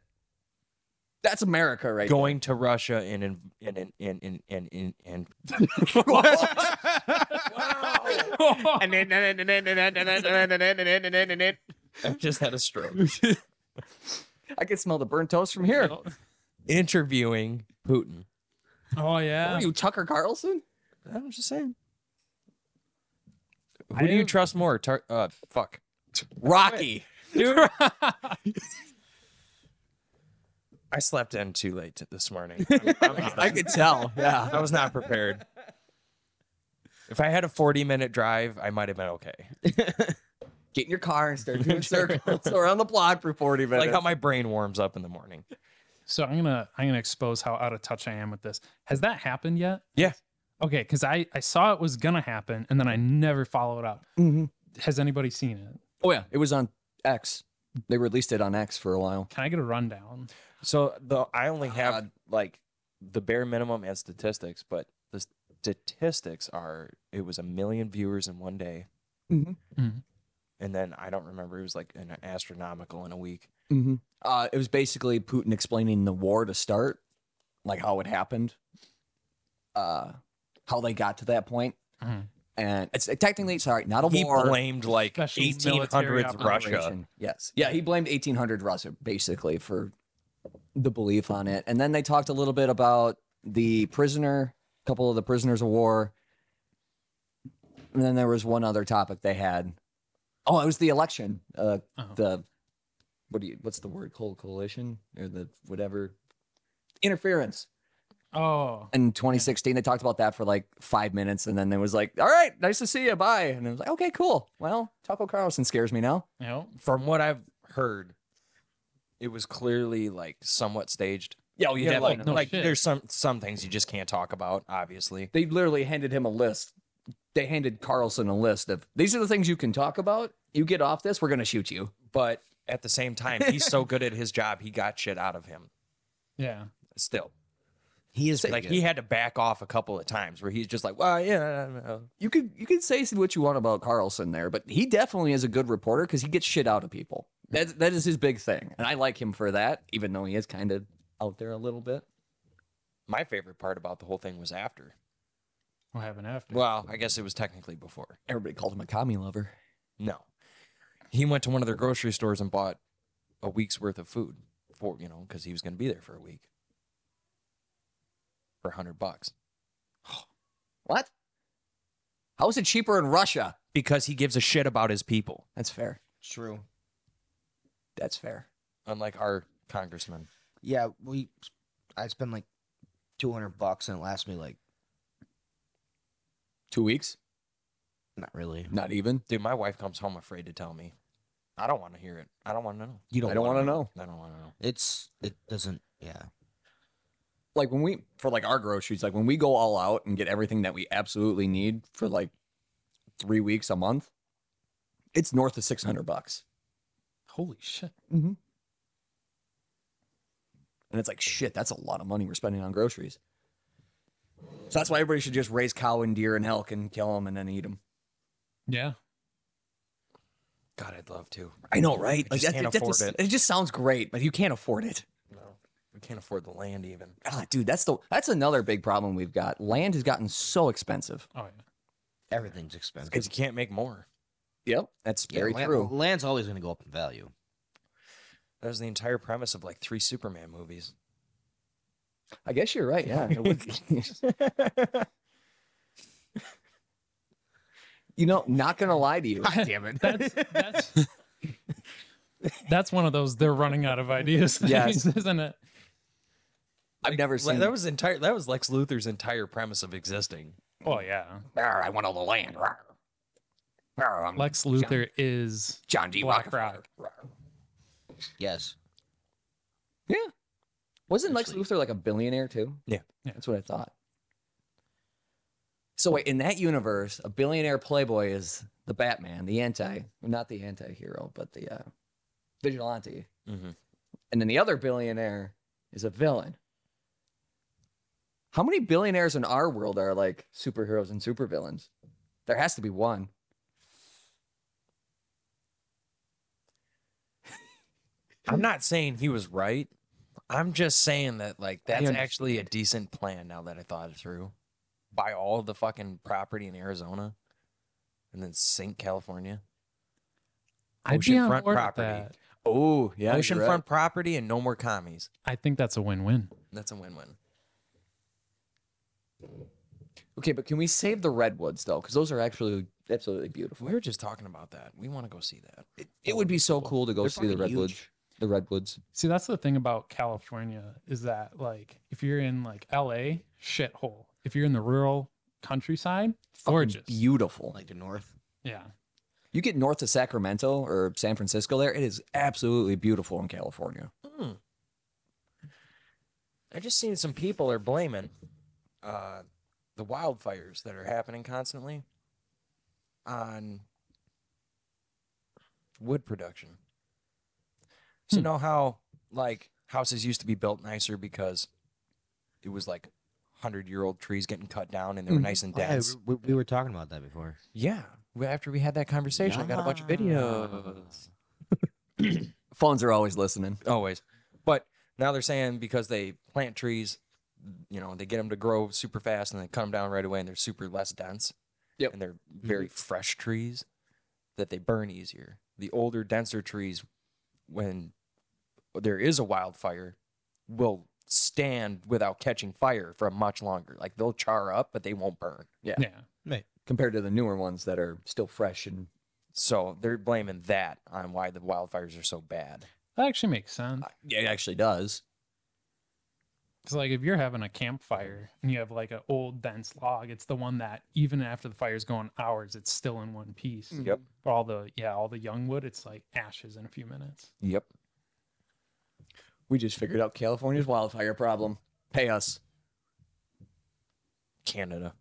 A: That's America right
D: Going to Russia and in and and and and and, and, and I just had a stroke.
A: there. I can smell the burnt toast from here.
D: Interviewing Putin.
C: Oh
A: Who
C: yeah.
A: Are you Tucker Carlson?
D: I'm just saying. Who
C: I
D: do you
C: am-
D: trust more? Tar- uh, fuck.
A: Rocky.
D: I slept in too late t- this morning. I'm- I'm-
A: I could tell. Yeah.
D: I was not prepared. If I had a 40 minute drive, I might have been okay.
A: Get in your car and start doing circles around the block for 40 minutes.
D: Like how my brain warms up in the morning.
C: So I'm gonna I'm gonna expose how out of touch I am with this. Has that happened yet?
D: Yeah.
C: Okay, because I I saw it was gonna happen and then I never followed up.
A: Mhm.
C: Has anybody seen it?
A: Oh yeah, it was on X. They released it on X for a while.
C: Can I get a rundown?
D: So the I only have
A: God.
D: like the bare minimum and statistics, but the statistics are it was a million viewers in one day,
A: Mhm.
C: Mhm.
D: and then I don't remember it was like an astronomical in a week.
A: Mm-hmm. Uh, it was basically Putin explaining the war to start, like how it happened, uh, how they got to that point,
C: Mhm.
A: and it's technically sorry, not a
D: He
A: war.
D: blamed like
C: Special military
D: 1800s Russia.
A: operation. Yes. Yeah, he blamed 1800 Russia basically for the belief on it. And then they talked a little bit about the prisoner, a couple of the prisoners of war. And then there was one other topic they had. Oh, it was the election. Uh,
C: Oh.
A: The what do you? What's the word? Cold coalition or the whatever interference
C: Oh,
A: in 2016. They talked about that for like five minutes, and then they was like, "All right, nice to see you, bye." And it was like, "Okay, cool. Well, Taco Carlson scares me now."
C: you know,
D: From what I've heard, it was clearly like somewhat staged.
A: Yeah, well, you
D: Yeah,
A: definitely
D: like,
C: no
D: like
C: shit.
D: there's some some things you just can't talk about, obviously.
A: they literally handed him a list. They handed Carlson a list of these are the things you can talk about. You get off this, we're gonna shoot you.
D: But at the same time, he's so good at his job, he got shit out of him
C: yeah.
D: still.
B: He is
D: like he had to back off a couple of times where he's just like, well, yeah, I don't
A: You could you could say what you want about Carlson there, but he definitely is a good reporter because he gets shit out of people. That that is his big thing, and I like him for that, even though he is kind of out there a little bit.
D: My favorite part about the whole thing was after.
C: What happened after?
D: Well, I guess it was technically before.
A: Everybody called him a commie lover.
D: No, he went to one of their grocery stores and bought a week's worth of food for you know because he was going to be there for a week for a hundred bucks
A: What? How is it cheaper in Russia?
D: because he gives a shit about his people,
A: That's fair.
B: true.
A: That's fair.
D: unlike our congressman.
B: Yeah, we. I spent like two hundred bucks, and it lasts me like
A: Two weeks?
B: not really.
A: Not even.
D: Dude, my wife comes home afraid to tell me. I don't want to hear it. I don't want to know.
B: You don't.
A: I don't
B: wanna
A: want to know.
D: I don't want to know.
B: It's it doesn't. Yeah.
A: like when we for like our groceries, like when we go all out and get everything that we absolutely need for like three weeks a month, it's north of six hundred bucks,
C: Holy shit.
A: and it's like shit. That's a lot of money we're spending on groceries. So that's why everybody should just raise cow and deer and elk and kill them and then eat them.
C: Yeah.
D: God, I'd love to.
A: I know, right?
D: I
A: Like that,
D: just can't
A: that- that
D: afford
A: just-
D: it.
A: it just sounds great, but you can't afford it.
D: No, we can't afford the land even.
A: Ah, dude, that's the that's another big problem we've got. Land has gotten so expensive.
C: Oh yeah.
B: Everything's expensive.
D: Because you can't make more.
A: Yep, that's
B: Yeah,
A: very
B: land-
A: true.
B: Land's always going to go up in value.
D: That was the entire premise of like three Superman movies.
A: I guess you're right. Yeah. It would- You know, not gonna lie to you.
B: God damn it.
C: That's that's that's one of those they're running out of ideas things,
A: Yes.
C: isn't it?
A: I've never seen.
D: that was entire. That was Lex Luthor's entire premise of existing.
C: Well, yeah.
A: Arr, I want all the land. Arr. Arr, I'm
C: Lex Luthor is
A: John D.
C: Black
A: Rockefeller. Arr.
B: yes.
A: Yeah. Wasn't Lex
D: Actually-
A: Luthor like a billionaire too?
D: Yeah.
C: Yeah.
A: That's what I thought. So wait, in that universe, a billionaire playboy is the Batman, the anti, not the anti-hero, but the uh, vigilante.
D: Mhm.
A: And then the other billionaire is a villain. How many billionaires in our world are like superheroes and supervillains? There has to be one.
D: I'm not saying he was right. I'm just saying that like that's
A: understand.
D: actually a decent plan now that I thought it through. Buy all the fucking property in Arizona, and then sink California.
C: I'd be on
D: Oceanfront
C: board with
D: property.
C: that.
A: Oh, yeah.
D: Oceanfront property and no more commies.
C: I think that's a win-win.
D: That's a win-win.
A: Okay, but can we save the redwoods though? Because those are actually absolutely beautiful.
D: We were just talking about that. We want to go see that.
A: It, it would be so cool to go
D: They're
A: see the
D: fucking huge.
A: redwoods. The redwoods.
C: See, that's the thing about California is that like if you're in like LA, shithole. If you're in the rural countryside, gorgeous.
A: Beautiful.
B: Like the north.
C: yeah.
A: You get north of Sacramento or San Francisco there, it is absolutely beautiful in California.
D: Hmm. I just seen some people are blaming uh, the wildfires that are happening constantly on wood production. So
C: Hmm.
D: know how like houses used to be built nicer because it was like hundred year old trees getting cut down and they were
C: Mhm.
D: nice and
B: Oh, yeah,
D: dense.
B: we, we were talking about that before.
D: Yeah. Well, After we had that conversation, I got a bunch of videos.
A: Phones are always listening.
D: always. But now they're saying because they plant trees, you know, they get them to grow super fast and they cut them down right away and they're super less dense.
A: Yep.
D: And they're very fresh trees that they burn easier. The older, denser trees, when there is a wildfire, will stand without catching fire for much longer. Like they'll char up, but they won't burn.
A: Yeah.
C: Yeah.
A: Compared to the newer ones that are still fresh and
D: So they're blaming that on why the wildfires are so bad.
C: That actually makes sense.
A: yeah, it actually does.
C: Because like if you're having a campfire and you have like an old dense log, it's the one that even after the fire's going hours, it's still in one piece.
D: Mm. Yep.
C: All the yeah, all the young wood, it's like ashes in a few minutes.
D: Yep.
A: We just figured out California's wildfire problem. Pay us.
D: Canada.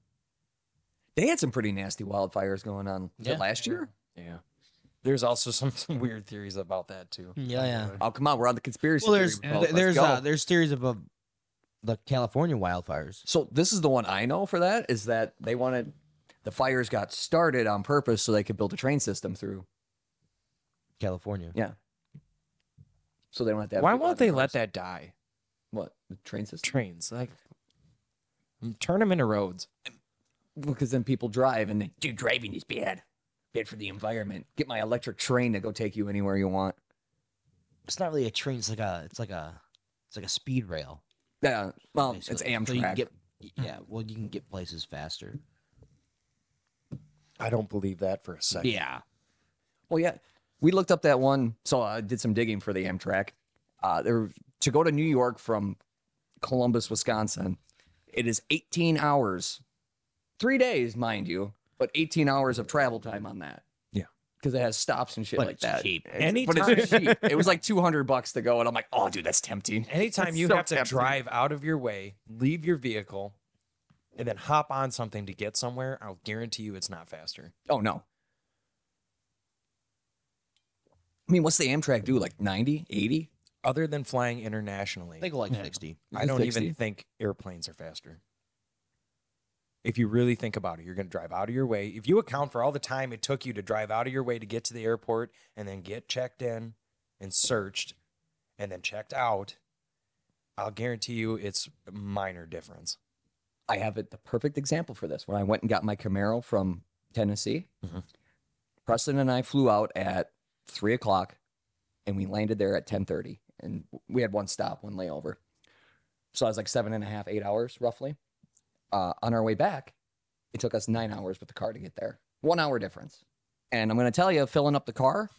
A: They had some pretty nasty wildfires going on was it
B: Yeah.
A: last year.
D: Yeah. There's also some, some weird theories about that too.
B: Yeah, yeah.
A: Oh come on, we're on the conspiracy.
B: Well, there's
A: theory boat.
C: th-
A: Let's
B: there's
A: go.
B: uh, there's theories of uh, the California wildfires.
A: So this is the one I know for that is that they wanted the fires got started on purpose so they could build a train system through.
B: California.
A: Yeah. So they don't have to. Have
D: Why
A: people
D: won't
A: on
D: they
A: their
D: let
A: cars.
D: that die?
A: What the train system?
D: Trains, like, mm, turn them into roads.
A: Because then people drive and they, dude, driving is bad, bad for the environment. Get my electric train to go take you anywhere you want.
B: It's not really a train. It's like a it's like a it's like a speed rail.
A: Yeah, well, it's
B: basically. So you can
A: Amtrak.
B: get- yeah, well, you can get places faster.
D: I don't believe that for a second.
B: Yeah.
A: Well, yeah, we looked up that one. So I did some digging for the Amtrak. Uh, there to go to New York from Columbus, Wisconsin. It is 18 hours, three days, mind you, but 18 hours of travel time on that.
D: Yeah.
A: because it has stops and shit
B: But
A: like
B: it's
A: that.
B: cheap.
A: It's- but it's cheap. It was like 200 bucks to go, and I'm like, oh, dude, that's tempting.
D: Anytime
A: That's
D: you
A: so
D: have to
A: tempting.
D: drive out of your way, leave your vehicle, and then hop on something to get somewhere, I'll guarantee you it's not faster.
A: Oh no. I mean, what's the Amtrak do? Like 90, 80?
D: Other than flying internationally,
B: They go like
C: Yeah.
B: sixty.
D: I don't
A: 60.
D: even think airplanes are faster. If you really think about it, you're going to drive out of your way. If you account for all the time it took you to drive out of your way to get to the airport and then get checked in and searched and then checked out, I'll guarantee you it's a minor difference.
A: I have it the perfect example for this. When I went and got my Camaro from Tennessee,
D: Mhm.
A: Preston and I flew out at three o'clock, and we landed there at ten thirty. And we had one stop, one layover. So I was like seven and a half, eight hours roughly. Uh, on our way back, it took us nine hours with the car to get there. One hour difference. And I'm going to tell you, filling up the car,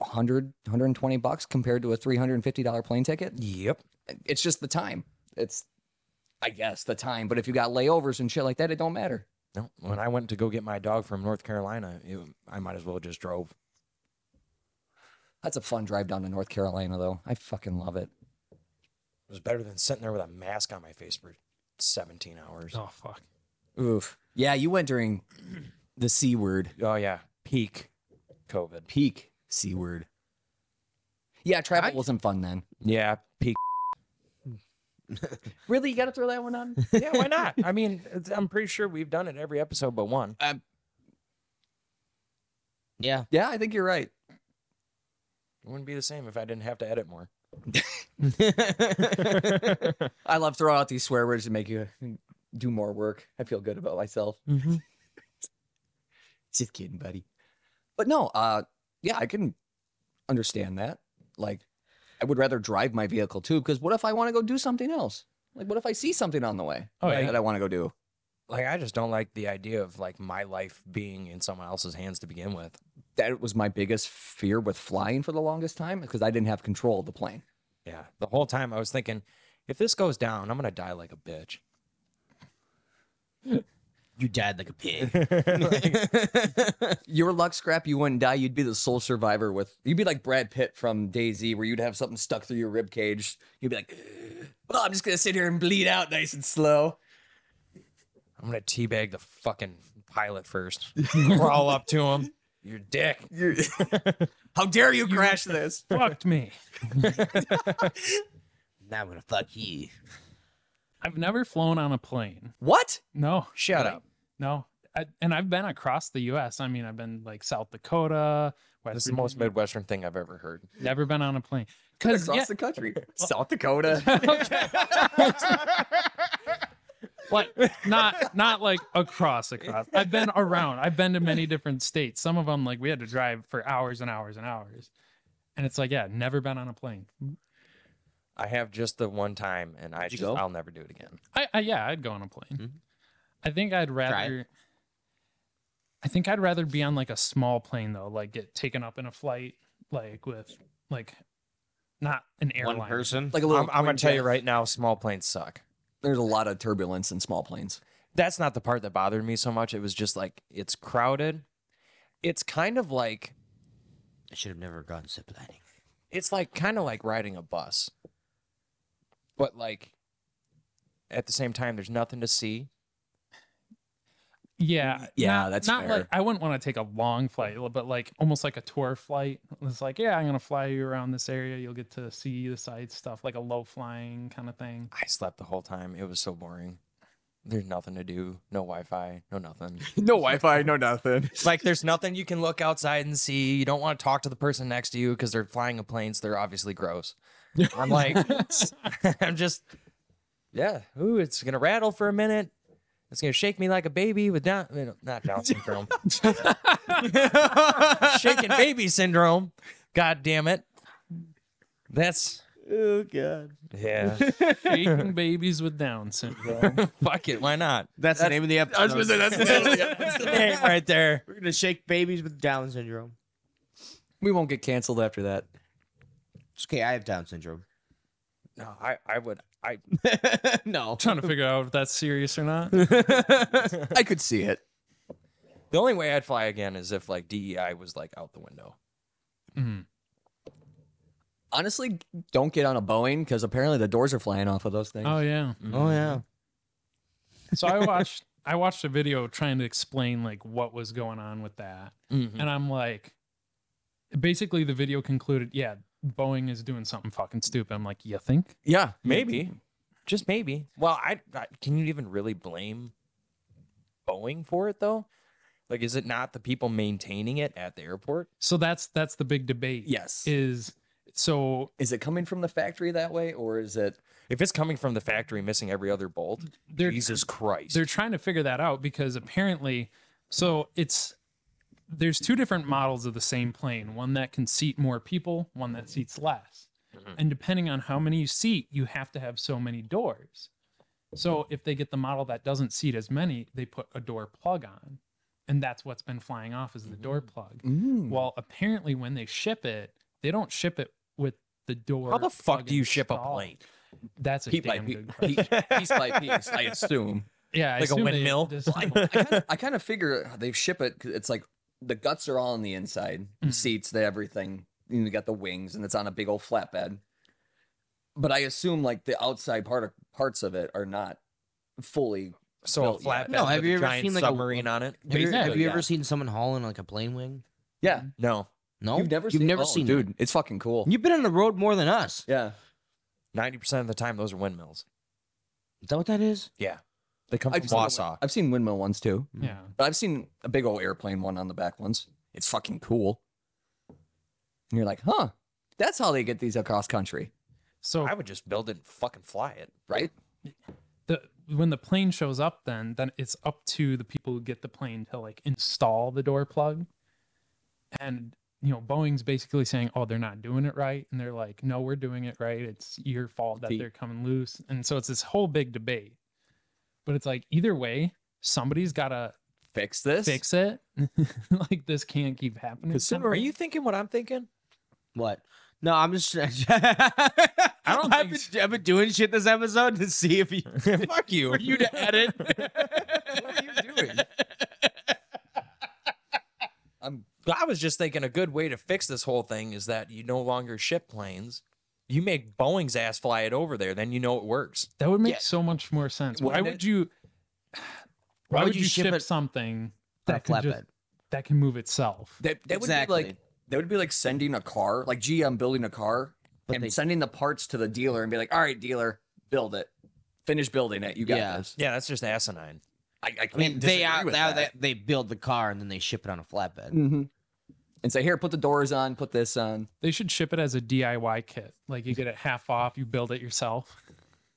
A: 100, 120 bucks compared to a $350 plane ticket.
D: Yep.
A: It's just the time. It's, I guess, the time. But if you got layovers and shit like that, it don't matter.
D: No, when I went to go get my dog from North Carolina, it, I might as well just drove.
A: That's a fun drive down to North Carolina, though. I fucking love it.
D: It was better than sitting there with a mask on my face for 17 hours.
C: Oh fuck.
A: Oof. Yeah, you went during the C word.
D: Oh yeah, peak COVID.
A: peak C word. Yeah, travel
B: I-
A: wasn't fun then.
D: Yeah, peak.
A: Really, you got to throw that one on?
D: yeah, why not? I mean, it's- I'm pretty sure we've done it every episode but one.
B: Yeah.
A: yeah, I think you're right.
D: It wouldn't be the same if I didn't have to edit more.
A: I love throwing out these swear words to make you do more work. I feel good about myself.
C: Mm-hmm.
A: Just kidding, buddy. But no, uh, yeah, I can understand that. Like, I would rather drive my vehicle too, because what if I want to go do something else? Like, what if I see something on the way
C: Oh, yeah.
A: that I want to go do?
D: Like, I just don't like the idea of like my life being in someone else's hands to begin with.
A: That was my biggest fear with flying for the longest time because I didn't have control of the plane.
D: Yeah, the whole time I was thinking, if this goes down, I'm gonna die like a bitch.
B: you died like a pig.
A: your luck scrap, you wouldn't die. You'd be the sole survivor with. You'd be like Brad Pitt from Daisy, where you'd have something stuck through your rib cage. You'd be like, "Well, I'm just gonna sit here and bleed out nice and slow."
D: I'm gonna teabag the fucking pilot first. Crawl up to him. Your dick.
A: How dare you crash this?
C: Fucked me.
B: now I'm gonna fuck you.
C: I've never flown on a plane.
A: What?
C: No.
D: Shut up.
C: No. I, and I've been across the U.S. I mean, I've been like South Dakota. West
D: That's the most
C: Virginia.
D: Midwestern thing I've ever heard.
C: Never been on a plane. Because
A: Across
C: yeah,
A: the country, South Dakota.
C: like not not like across across. I've been around. I've been to many different states. Some of them like we had to drive for hours and hours and hours. And it's like, yeah, never been on a plane.
D: I have just the one time, and I
B: Did you
D: just
B: go?
D: I'll never do it again.
C: I, I yeah, I'd go on a plane. I think I'd rather. I think I'd rather be on like a small plane though, like get taken up in a flight, like with like not an airline.
B: One person.
A: like a little.
D: I'm, I'm gonna
A: twin
D: tell you
A: jet.
D: right now, small planes suck.
A: There's a lot of turbulence in small planes.
D: That's not the part that bothered me so much. It was just like it's crowded. It's kind of like
B: I should have never gone ziplining.
D: it's like kind of like riding a bus, but like at the same time, there's nothing to see.
C: Yeah,
A: Yeah,
C: not-
A: that's
C: not like
A: fair.
C: I wouldn't want to take a long flight, but like almost like a tour flight. It's like, yeah, I'm gonna fly you around this area. You'll get to see the sights, stuff like a low flying kind of thing.
D: I slept the whole time. It was so boring. There's nothing to do. No Wi-Fi. No nothing.
A: No Wi-Fi, no nothing.
D: It's like there's nothing you can look outside and see. You don't want to talk to the person next to you because they're flying a plane, so they're obviously gross. I'm like, I'm just, yeah. Ooh, it's gonna rattle for a minute. It's gonna shake me like a baby with down, you know, not Down syndrome, shaking baby syndrome. God damn it. That's
B: Oh god.
D: yeah.
C: Shaking babies with Down syndrome.
D: Fuck it. Why not?
B: That's, the name of the episode. I was gonna say that's the name.
D: That's the name right there.
B: We're gonna shake babies with Down syndrome.
A: We won't get canceled after that.
B: It's okay. I have Down syndrome.
D: No, I, I would, I,
B: no.
C: Trying to figure out if that's serious or not. Oh,
A: I could see it.
D: The only way I'd fly again is if like DEI was like out the window.
A: Honestly, don't get on a Boeing because apparently the doors are flying off of those things.
C: Oh yeah.
A: Mm-hmm.
B: Oh yeah.
C: So I watched I watched a video trying to explain like what was going on with that.
B: Mm-hmm.
A: Mm.
C: And I'm like basically the video concluded, yeah, Boeing is doing something fucking stupid. I'm like, you think?
A: yeah,
D: Maybe, just maybe. Well, I, I can you even really blame Boeing for it though? Like, is it not the people maintaining it at the airport?
C: So that's that's the big debate.
A: Yes.
C: Is so
A: is it coming from the factory that way or is it
D: If it's coming from the factory, missing every other bolt,
C: they're
D: Jesus Christ!
C: they're trying to figure that out because apparently so it's there's two different models of the same plane one that can seat more people one that
D: Mm-hmm.
C: seats less and depending on how many you seat you have to have so many doors So if they get the model that doesn't seat as many, they put a door plug on, and that's what's been flying off is
D: Mm-hmm.
C: the door plug.
A: Mm.
C: Well, apparently when they ship it, they don't ship it with the door.
D: How the fuck
C: plug
D: do you ship a
C: installed.
D: plane?
C: That's a
A: Piece by
C: damn
A: piece,
C: good question.
A: piece by piece, I assume.
C: Yeah, I
D: Like a
C: assume they
D: windmill?
C: just-
A: I kinda, I kind of figure they ship it. 'cause It's like the guts are all on the inside,
B: Mm.
C: Mhm.
A: seats, the everything. You, know, you got the wings, and it's on a big old flatbed. But I assume like the outside part of, parts of it are not fully.
D: So
A: Built
D: a
A: yet.
D: flatbed
B: No, have
D: with
B: you
D: a
B: ever
D: giant
B: seen, like, a-
D: submarine on it?
B: Have you, have
A: Basically,
B: you
A: yeah.
B: ever seen someone hauling like a plane wing?
A: Yeah,
D: No,
B: No,
A: you've never
B: You've
A: seen,
B: never
A: oh,
B: seen
A: dude. It's fucking cool.
B: That. You've been on the road more than us.
A: yeah,
D: ninety percent of the time those are windmills.
B: Is that what that is?
D: Yeah, they come
A: I've
D: from
A: seen-
D: Wausau.
A: I've seen windmill ones too,
C: yeah.
A: but I've seen a big old airplane one on the back once. It's fucking cool. And you're like, huh? That's how they get these across country,
C: So
D: I would just build it and fucking fly it.
A: right?
C: the when the plane shows up then then it's up to the people who get the plane to like install the door plug and you know boeing's basically saying oh they're not doing it right and they're like no we're doing it right it's your fault that
A: The-
C: they're coming loose and so it's this whole big debate but it's like either way somebody's got to
A: Fix this.
C: fix it like this can't keep happening
D: Are you thinking what I'm thinking?
B: What? No, I'm just. I
C: don't
B: I've
C: think
B: been, I've been doing shit this episode to see if you
D: Fuck you.
B: for you to edit.
A: What are you doing? I'm
D: I was just thinking a good way to fix this whole thing is that you no longer ship planes. You make Boeing's ass fly it over there, then you know it works.
C: that would make
A: Yeah.
C: so much more sense why
A: Wouldn't
C: would
A: it?
C: you why, would you ship,
B: it
C: something
B: on a
C: that can, just,
B: flatbed?
C: that can move itself
A: that, that
B: Exactly.
A: would be like that would be like sending a car, like gee, I'm building a car
B: But
A: and
B: they-
A: sending the parts to the dealer and be like, all right, dealer, build it. Finish building it. You got
B: Yeah.
A: this.
D: Yeah, that's just asinine.
A: I, I can't
B: I mean,
A: disagree
B: they out
A: with
B: now
A: that.
B: they, they build the car and then they ship it on a flatbed.
A: Mhm. And say, here, put the doors on, put this on.
C: They should ship it as a DIY kit. Like you get it half off, you build it yourself.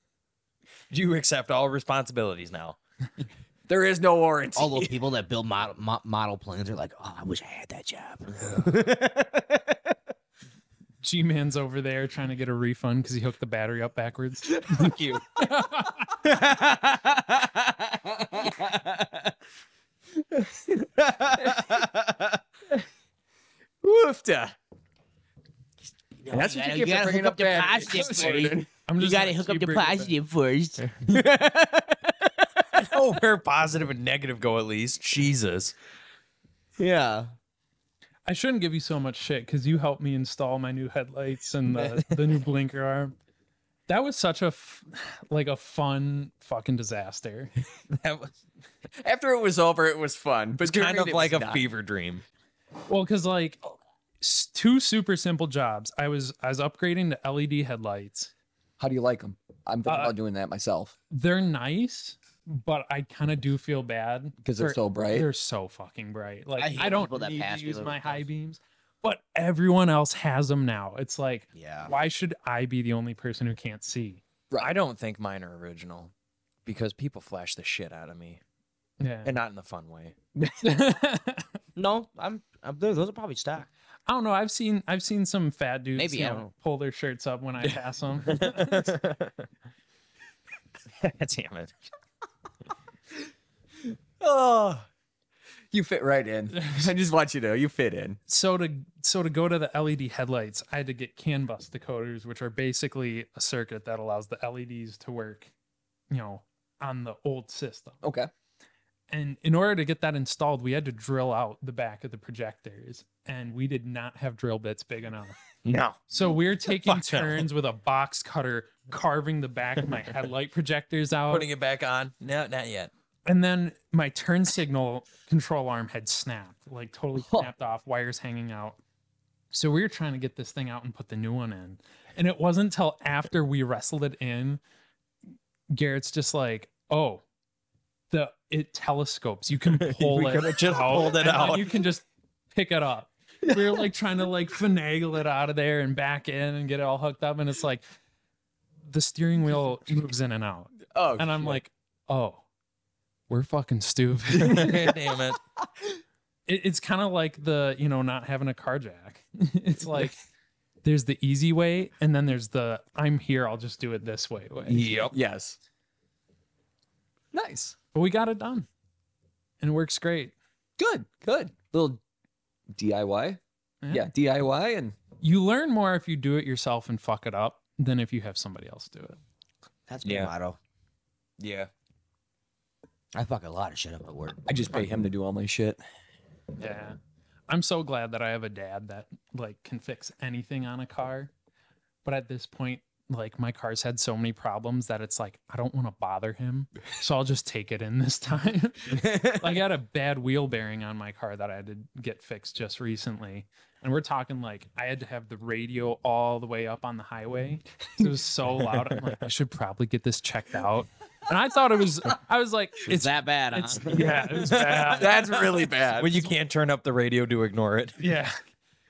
D: You accept all responsibilities now.
A: There is no warranty.
B: All those people that build model mo- model planes are like, oh, I wish I had that job.
C: G Man's over there trying to get a refund because he hooked the battery up backwards.
D: Fuck you. Woofta.
A: And that's what you,
B: You
A: get
B: gotta
A: for bringing
B: hook
A: up,
B: up the
A: batteries.
B: plastic,
A: Sorry.
B: buddy.
C: I'm
B: you
C: just
B: gotta
C: gonna
B: hook up
C: keep
B: the
C: bringing it back.
B: positive first.
D: Oh, where positive and negative go at least. Jesus.
B: yeah.
C: I shouldn't give you so much shit because you helped me install my new headlights and the, the new blinker arm. That was such a f- like a fun fucking disaster.
D: That was
A: After it was over, it was fun. But
D: kind
A: during
D: of
A: it
D: like a
A: was not.
D: fever dream.
C: Well, because like s- two super simple jobs. I was I was upgrading to LED headlights.
A: How do you like them? I'm thinking
C: Uh,
A: about doing that myself
C: They're nice, but I kind of do feel bad
A: because they're
C: for-
A: so bright.
C: They're so fucking bright. Like I,
B: hate
C: don't
B: people that
C: need
B: pass
C: to
B: me
C: use
B: those
C: my
B: things.
C: high beams, but everyone else has them now. It's like,
B: Yeah.
C: why should I be the only person who can't see?
D: I don't think mine are original because people flash the shit out of me
C: Yeah.
D: and not in the fun way.
C: I
B: No, I'm. I'm those those are probably stock.
C: don't know. I've seen I've seen some fat dudes
B: Maybe,
C: you
B: I
C: know,
B: don't know.
C: pull their shirts up when I pass them.
D: Damn it.
C: uh.
D: oh.
A: You fit right in. I just want you to know you fit in.
C: so to so to go to the LED headlights, I had to get CAN bus decoders, which are basically a circuit that allows the LEDs to work, you know, on the old system.
A: Okay.
C: and in order to get that installed, we had to drill out the back of the projectors, and we did not have drill bits big enough.
D: No.
C: So we were taking
D: Fuck no.
C: turns with a box cutter carving the back of my headlight projectors out,
D: Putting it back on? No, not yet.
C: and then my turn signal control arm had snapped, like totally
A: Huh.
C: snapped off, wires hanging out. So we were trying to get this thing out and put the new one in, and it wasn't until after we wrestled it in, Garrett's just like, "Oh, the it telescopes. You can pull
D: we
C: it."
D: could have just pulled it
C: and then
D: out.
C: You can just pick it up. We were like trying to like finagle it out of there and back in and get it all hooked up. And it's like the steering wheel moves in and out.
A: Oh,
C: And I'm
A: shit.
C: like, oh, we're fucking stupid.
D: Damn it.
C: It- it's kind of like the, you know, not having a car jack. It's like there's the oh. easy way and then there's the I'm here, I'll just do it this way way.
A: Yep. Yes. Nice.
C: But we got it done. And it works great.
A: Good. Good. Little DIY.
C: Yeah.
A: Yeah, DIY and
C: You learn more if you do it yourself and fuck it up than if you have somebody else do it.
B: That's my
D: Yeah.
B: motto.
D: Yeah.
B: I fuck a lot of shit up at work.
A: I just pay him to do all my shit.
C: Yeah. I'm so glad that I have a dad that like can fix anything on a car. But at this point, like my car's had so many problems that it's like I don't want to bother him. So I'll just take it in this time. like I had a bad wheel bearing on my car that I had to get fixed just recently. And we're talking like I had to have the radio all the way up on the highway. 'cause It was so loud. I'm like, I should probably get this checked out. And I thought it was I was like, it's
B: that bad, huh?
C: it's yeah, it was bad.
D: That's really bad. when you can't turn up the radio to ignore it.
C: Yeah.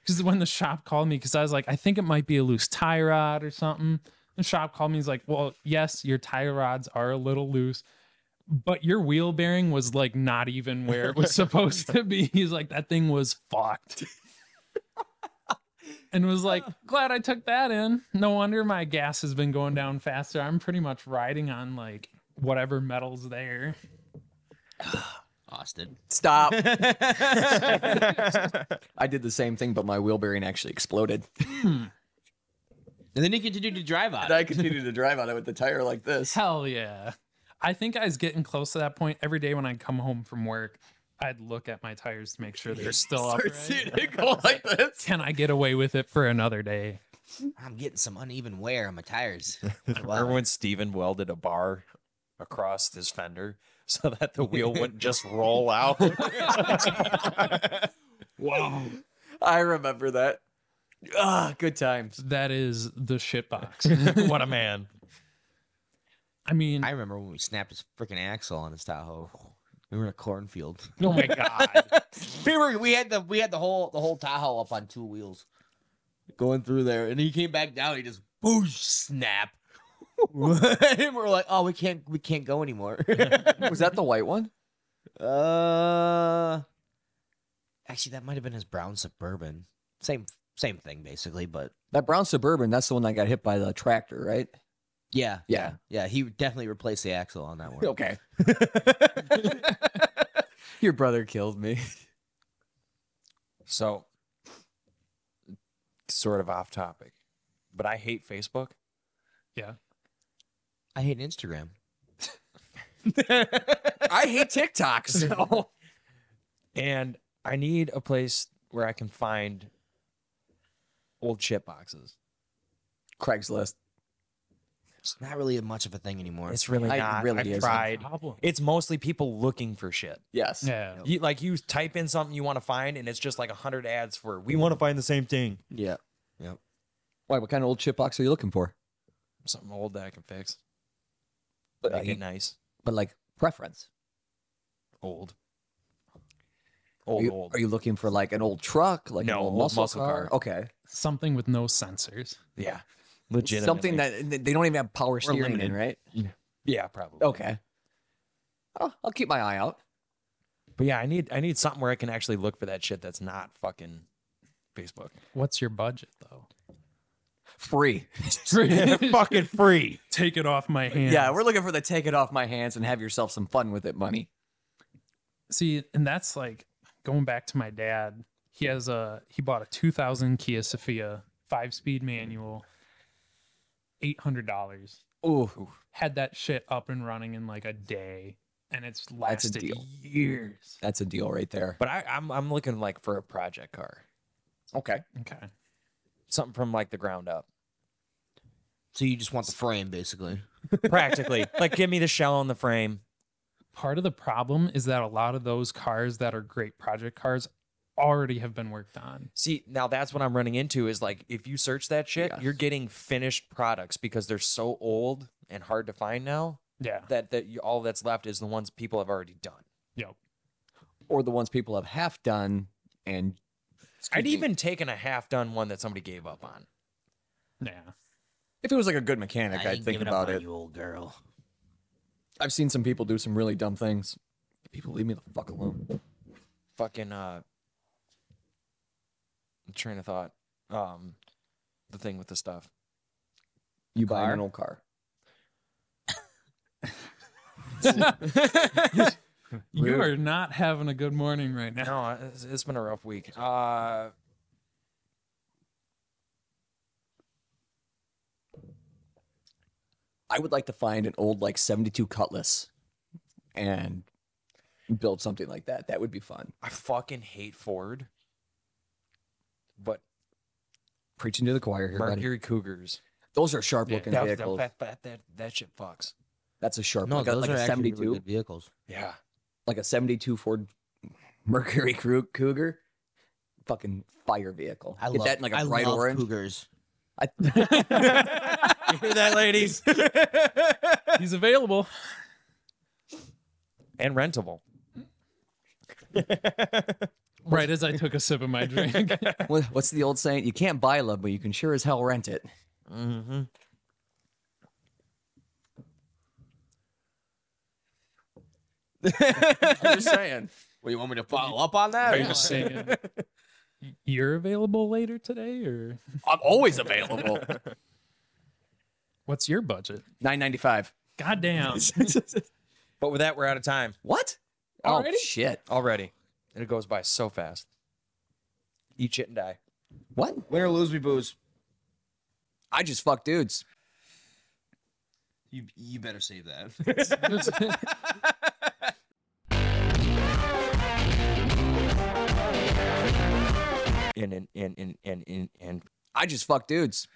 C: Because when the shop called me, because I was like, I think it might be a loose tie rod or something. The shop called me. He's like, Well, yes, your tie rods are a little loose, but your wheel bearing was like not even where it was supposed to be. He's like, That thing was fucked. and was like, Glad I took that in. No wonder my gas has been going down faster. I'm pretty much riding on like whatever metal's there.
B: Austin.
A: Stop. I did the same thing, but my wheel bearing actually exploded.
B: And then he continued to drive on.
A: And I continued to drive on it with the tire like this.
C: Hell yeah. I think I was getting close to that point every day when I'd come home from work. I'd look at my tires to make sure they're still up.
A: it go like this.
C: Can I get away with it for another day?
B: I'm getting some uneven wear on my tires.
D: Remember when Steven welded a bar across his fender so that the wheel wouldn't just roll out?
A: I remember that. Ah, good times.
C: That is the shitbox.
D: what a man.
C: I mean,
B: I remember when we snapped his freaking axle on his Tahoe. We were in a cornfield.
C: oh my God.
B: We were we had the we had the whole the whole Tahoe up on two wheels, going through there, and he came back down. He just boosh snap. and we're like, oh, we can't we can't go anymore.
A: Was that the white one?
B: uh, actually, that might have been his brown suburban. Same same thing basically, but
A: That brown suburban, that's the one that got hit by the tractor, right?
B: yeah,
A: Yeah.
B: yeah. He definitely replaced the axle on that one.
A: Okay. Your brother killed me.
D: So, sort of off topic, but I hate Facebook.
C: yeah.
B: I hate Instagram.
A: I hate TikToks.
D: and I need a place where I can find old shit boxes.
A: Craigslist.
B: It's not really much of a thing anymore.
D: It's really
A: I
D: not.
A: really
D: I've
A: isn't.
D: tried.
C: Problem.
D: It's mostly people looking for shit.
A: Yes.
C: Yeah.
D: You, like you type in something you want to find, and it's just like hundred ads for we want to find the same thing.
A: Yeah.
B: Yep.
A: Why? What kind of old chip box are you looking for?
D: Something old that I can fix.
A: But,
D: Make
A: like,
D: it nice.
A: but like preference.
D: Old.
A: Are
D: Old.
A: you,
D: old.
A: are you looking for like an old truck, like an
D: No,
A: old
D: old
A: muscle,
D: muscle
A: car?
D: car.
A: Okay.
C: Something with no sensors.
D: yeah. Legitimately.
A: Something that that they don't even have power steering in,
D: limited.
A: right?
D: Yeah, probably.
A: Okay. Oh, I'll keep my eye out.
D: But yeah, I need I need something where I can actually look for that shit that's not fucking Facebook.
C: What's your budget though?
A: Free.
D: fucking free.
C: Take it off my hands.
A: Yeah, we're looking for the take it off my hands and have yourself some fun with it money.
C: See, and that's like going back to my dad. He has a he bought a 2000 Kia Sophia five speed manual, eight hundred dollars.
A: Ooh.
C: Had that shit up and running in like a day, and it's
A: That's a
C: lasted
A: deal.
C: years.
A: That's a deal right there.
D: But I, I'm I'm looking like for a project car.
A: Okay.
C: Okay,
D: Something from like the ground up.
B: So you just want the frame, basically.
D: Practically. like give me the shell and the frame.
C: part of the problem is that a lot of those cars that are great project cars already have been worked on.
D: See, now that's what I'm running into is like if you search that shit,
A: Yeah.
D: you're getting finished products because they're so old and hard to find now
C: Yeah,
D: that, that you, all that's left is the ones people have already done.
C: yep.
A: Or the ones people have half done and
D: I'd even taken a half done one that somebody gave up on.
C: Yeah,
A: if it was like a good mechanic, I'd
B: ain't
A: think
B: giving up
A: about
B: on
A: it.
B: you old girl.
A: I've seen some people do some really dumb things. People leave me the fuck alone.
D: Fucking uh train of thought. Um the thing with the stuff.
A: You buy
D: Car?
A: an old car.
C: you are not having a good morning right now.
D: No, it's, it's been a rough week. Uh,
A: I would like to find an old like 72 Cutlass and build something like that. That would be fun.
D: I fucking hate Ford, but
A: Preaching to the choir here, buddy.
D: Mercury Cougars.
A: Those are sharp
C: Yeah,
A: looking
D: That, that,
A: vehicles.
D: that, that, that, that shit fucks.
A: That's a sharp
B: no,
A: like a,
B: those
A: like
B: are
A: a
B: actually
A: 72
B: really good vehicles.
D: Yeah.
A: like a 72 Ford Mercury Cru- Cougar. Fucking fire vehicle.
B: I
A: Get
B: love
A: that in like a
B: I
A: bright
B: love
A: orange.
B: Cougars.
D: you hear that, ladies?
C: He's available.
D: and rentable.
C: Right as I took a sip of my drink.
A: What- What's the old saying? You can't buy love, but you can sure as hell rent it.
B: Mm-hmm.
D: I'm just saying.
B: Well, you want me to follow up on that?
D: Are
B: or
D: you
B: what?
D: just
C: saying you're available later today, or
A: I'm always available.
C: what's your budget?
A: Nine ninety five.
C: Goddamn.
D: But with that, we're out of time
A: What?
C: Already?
A: Oh shit.
D: already. And it goes by so fast. Eat shit and die.
A: What?
B: Win or lose, we booze.
A: I just fuck dudes.
B: You you better save that.
D: And, and, and, and, and, and, and
A: I just fuck dudes.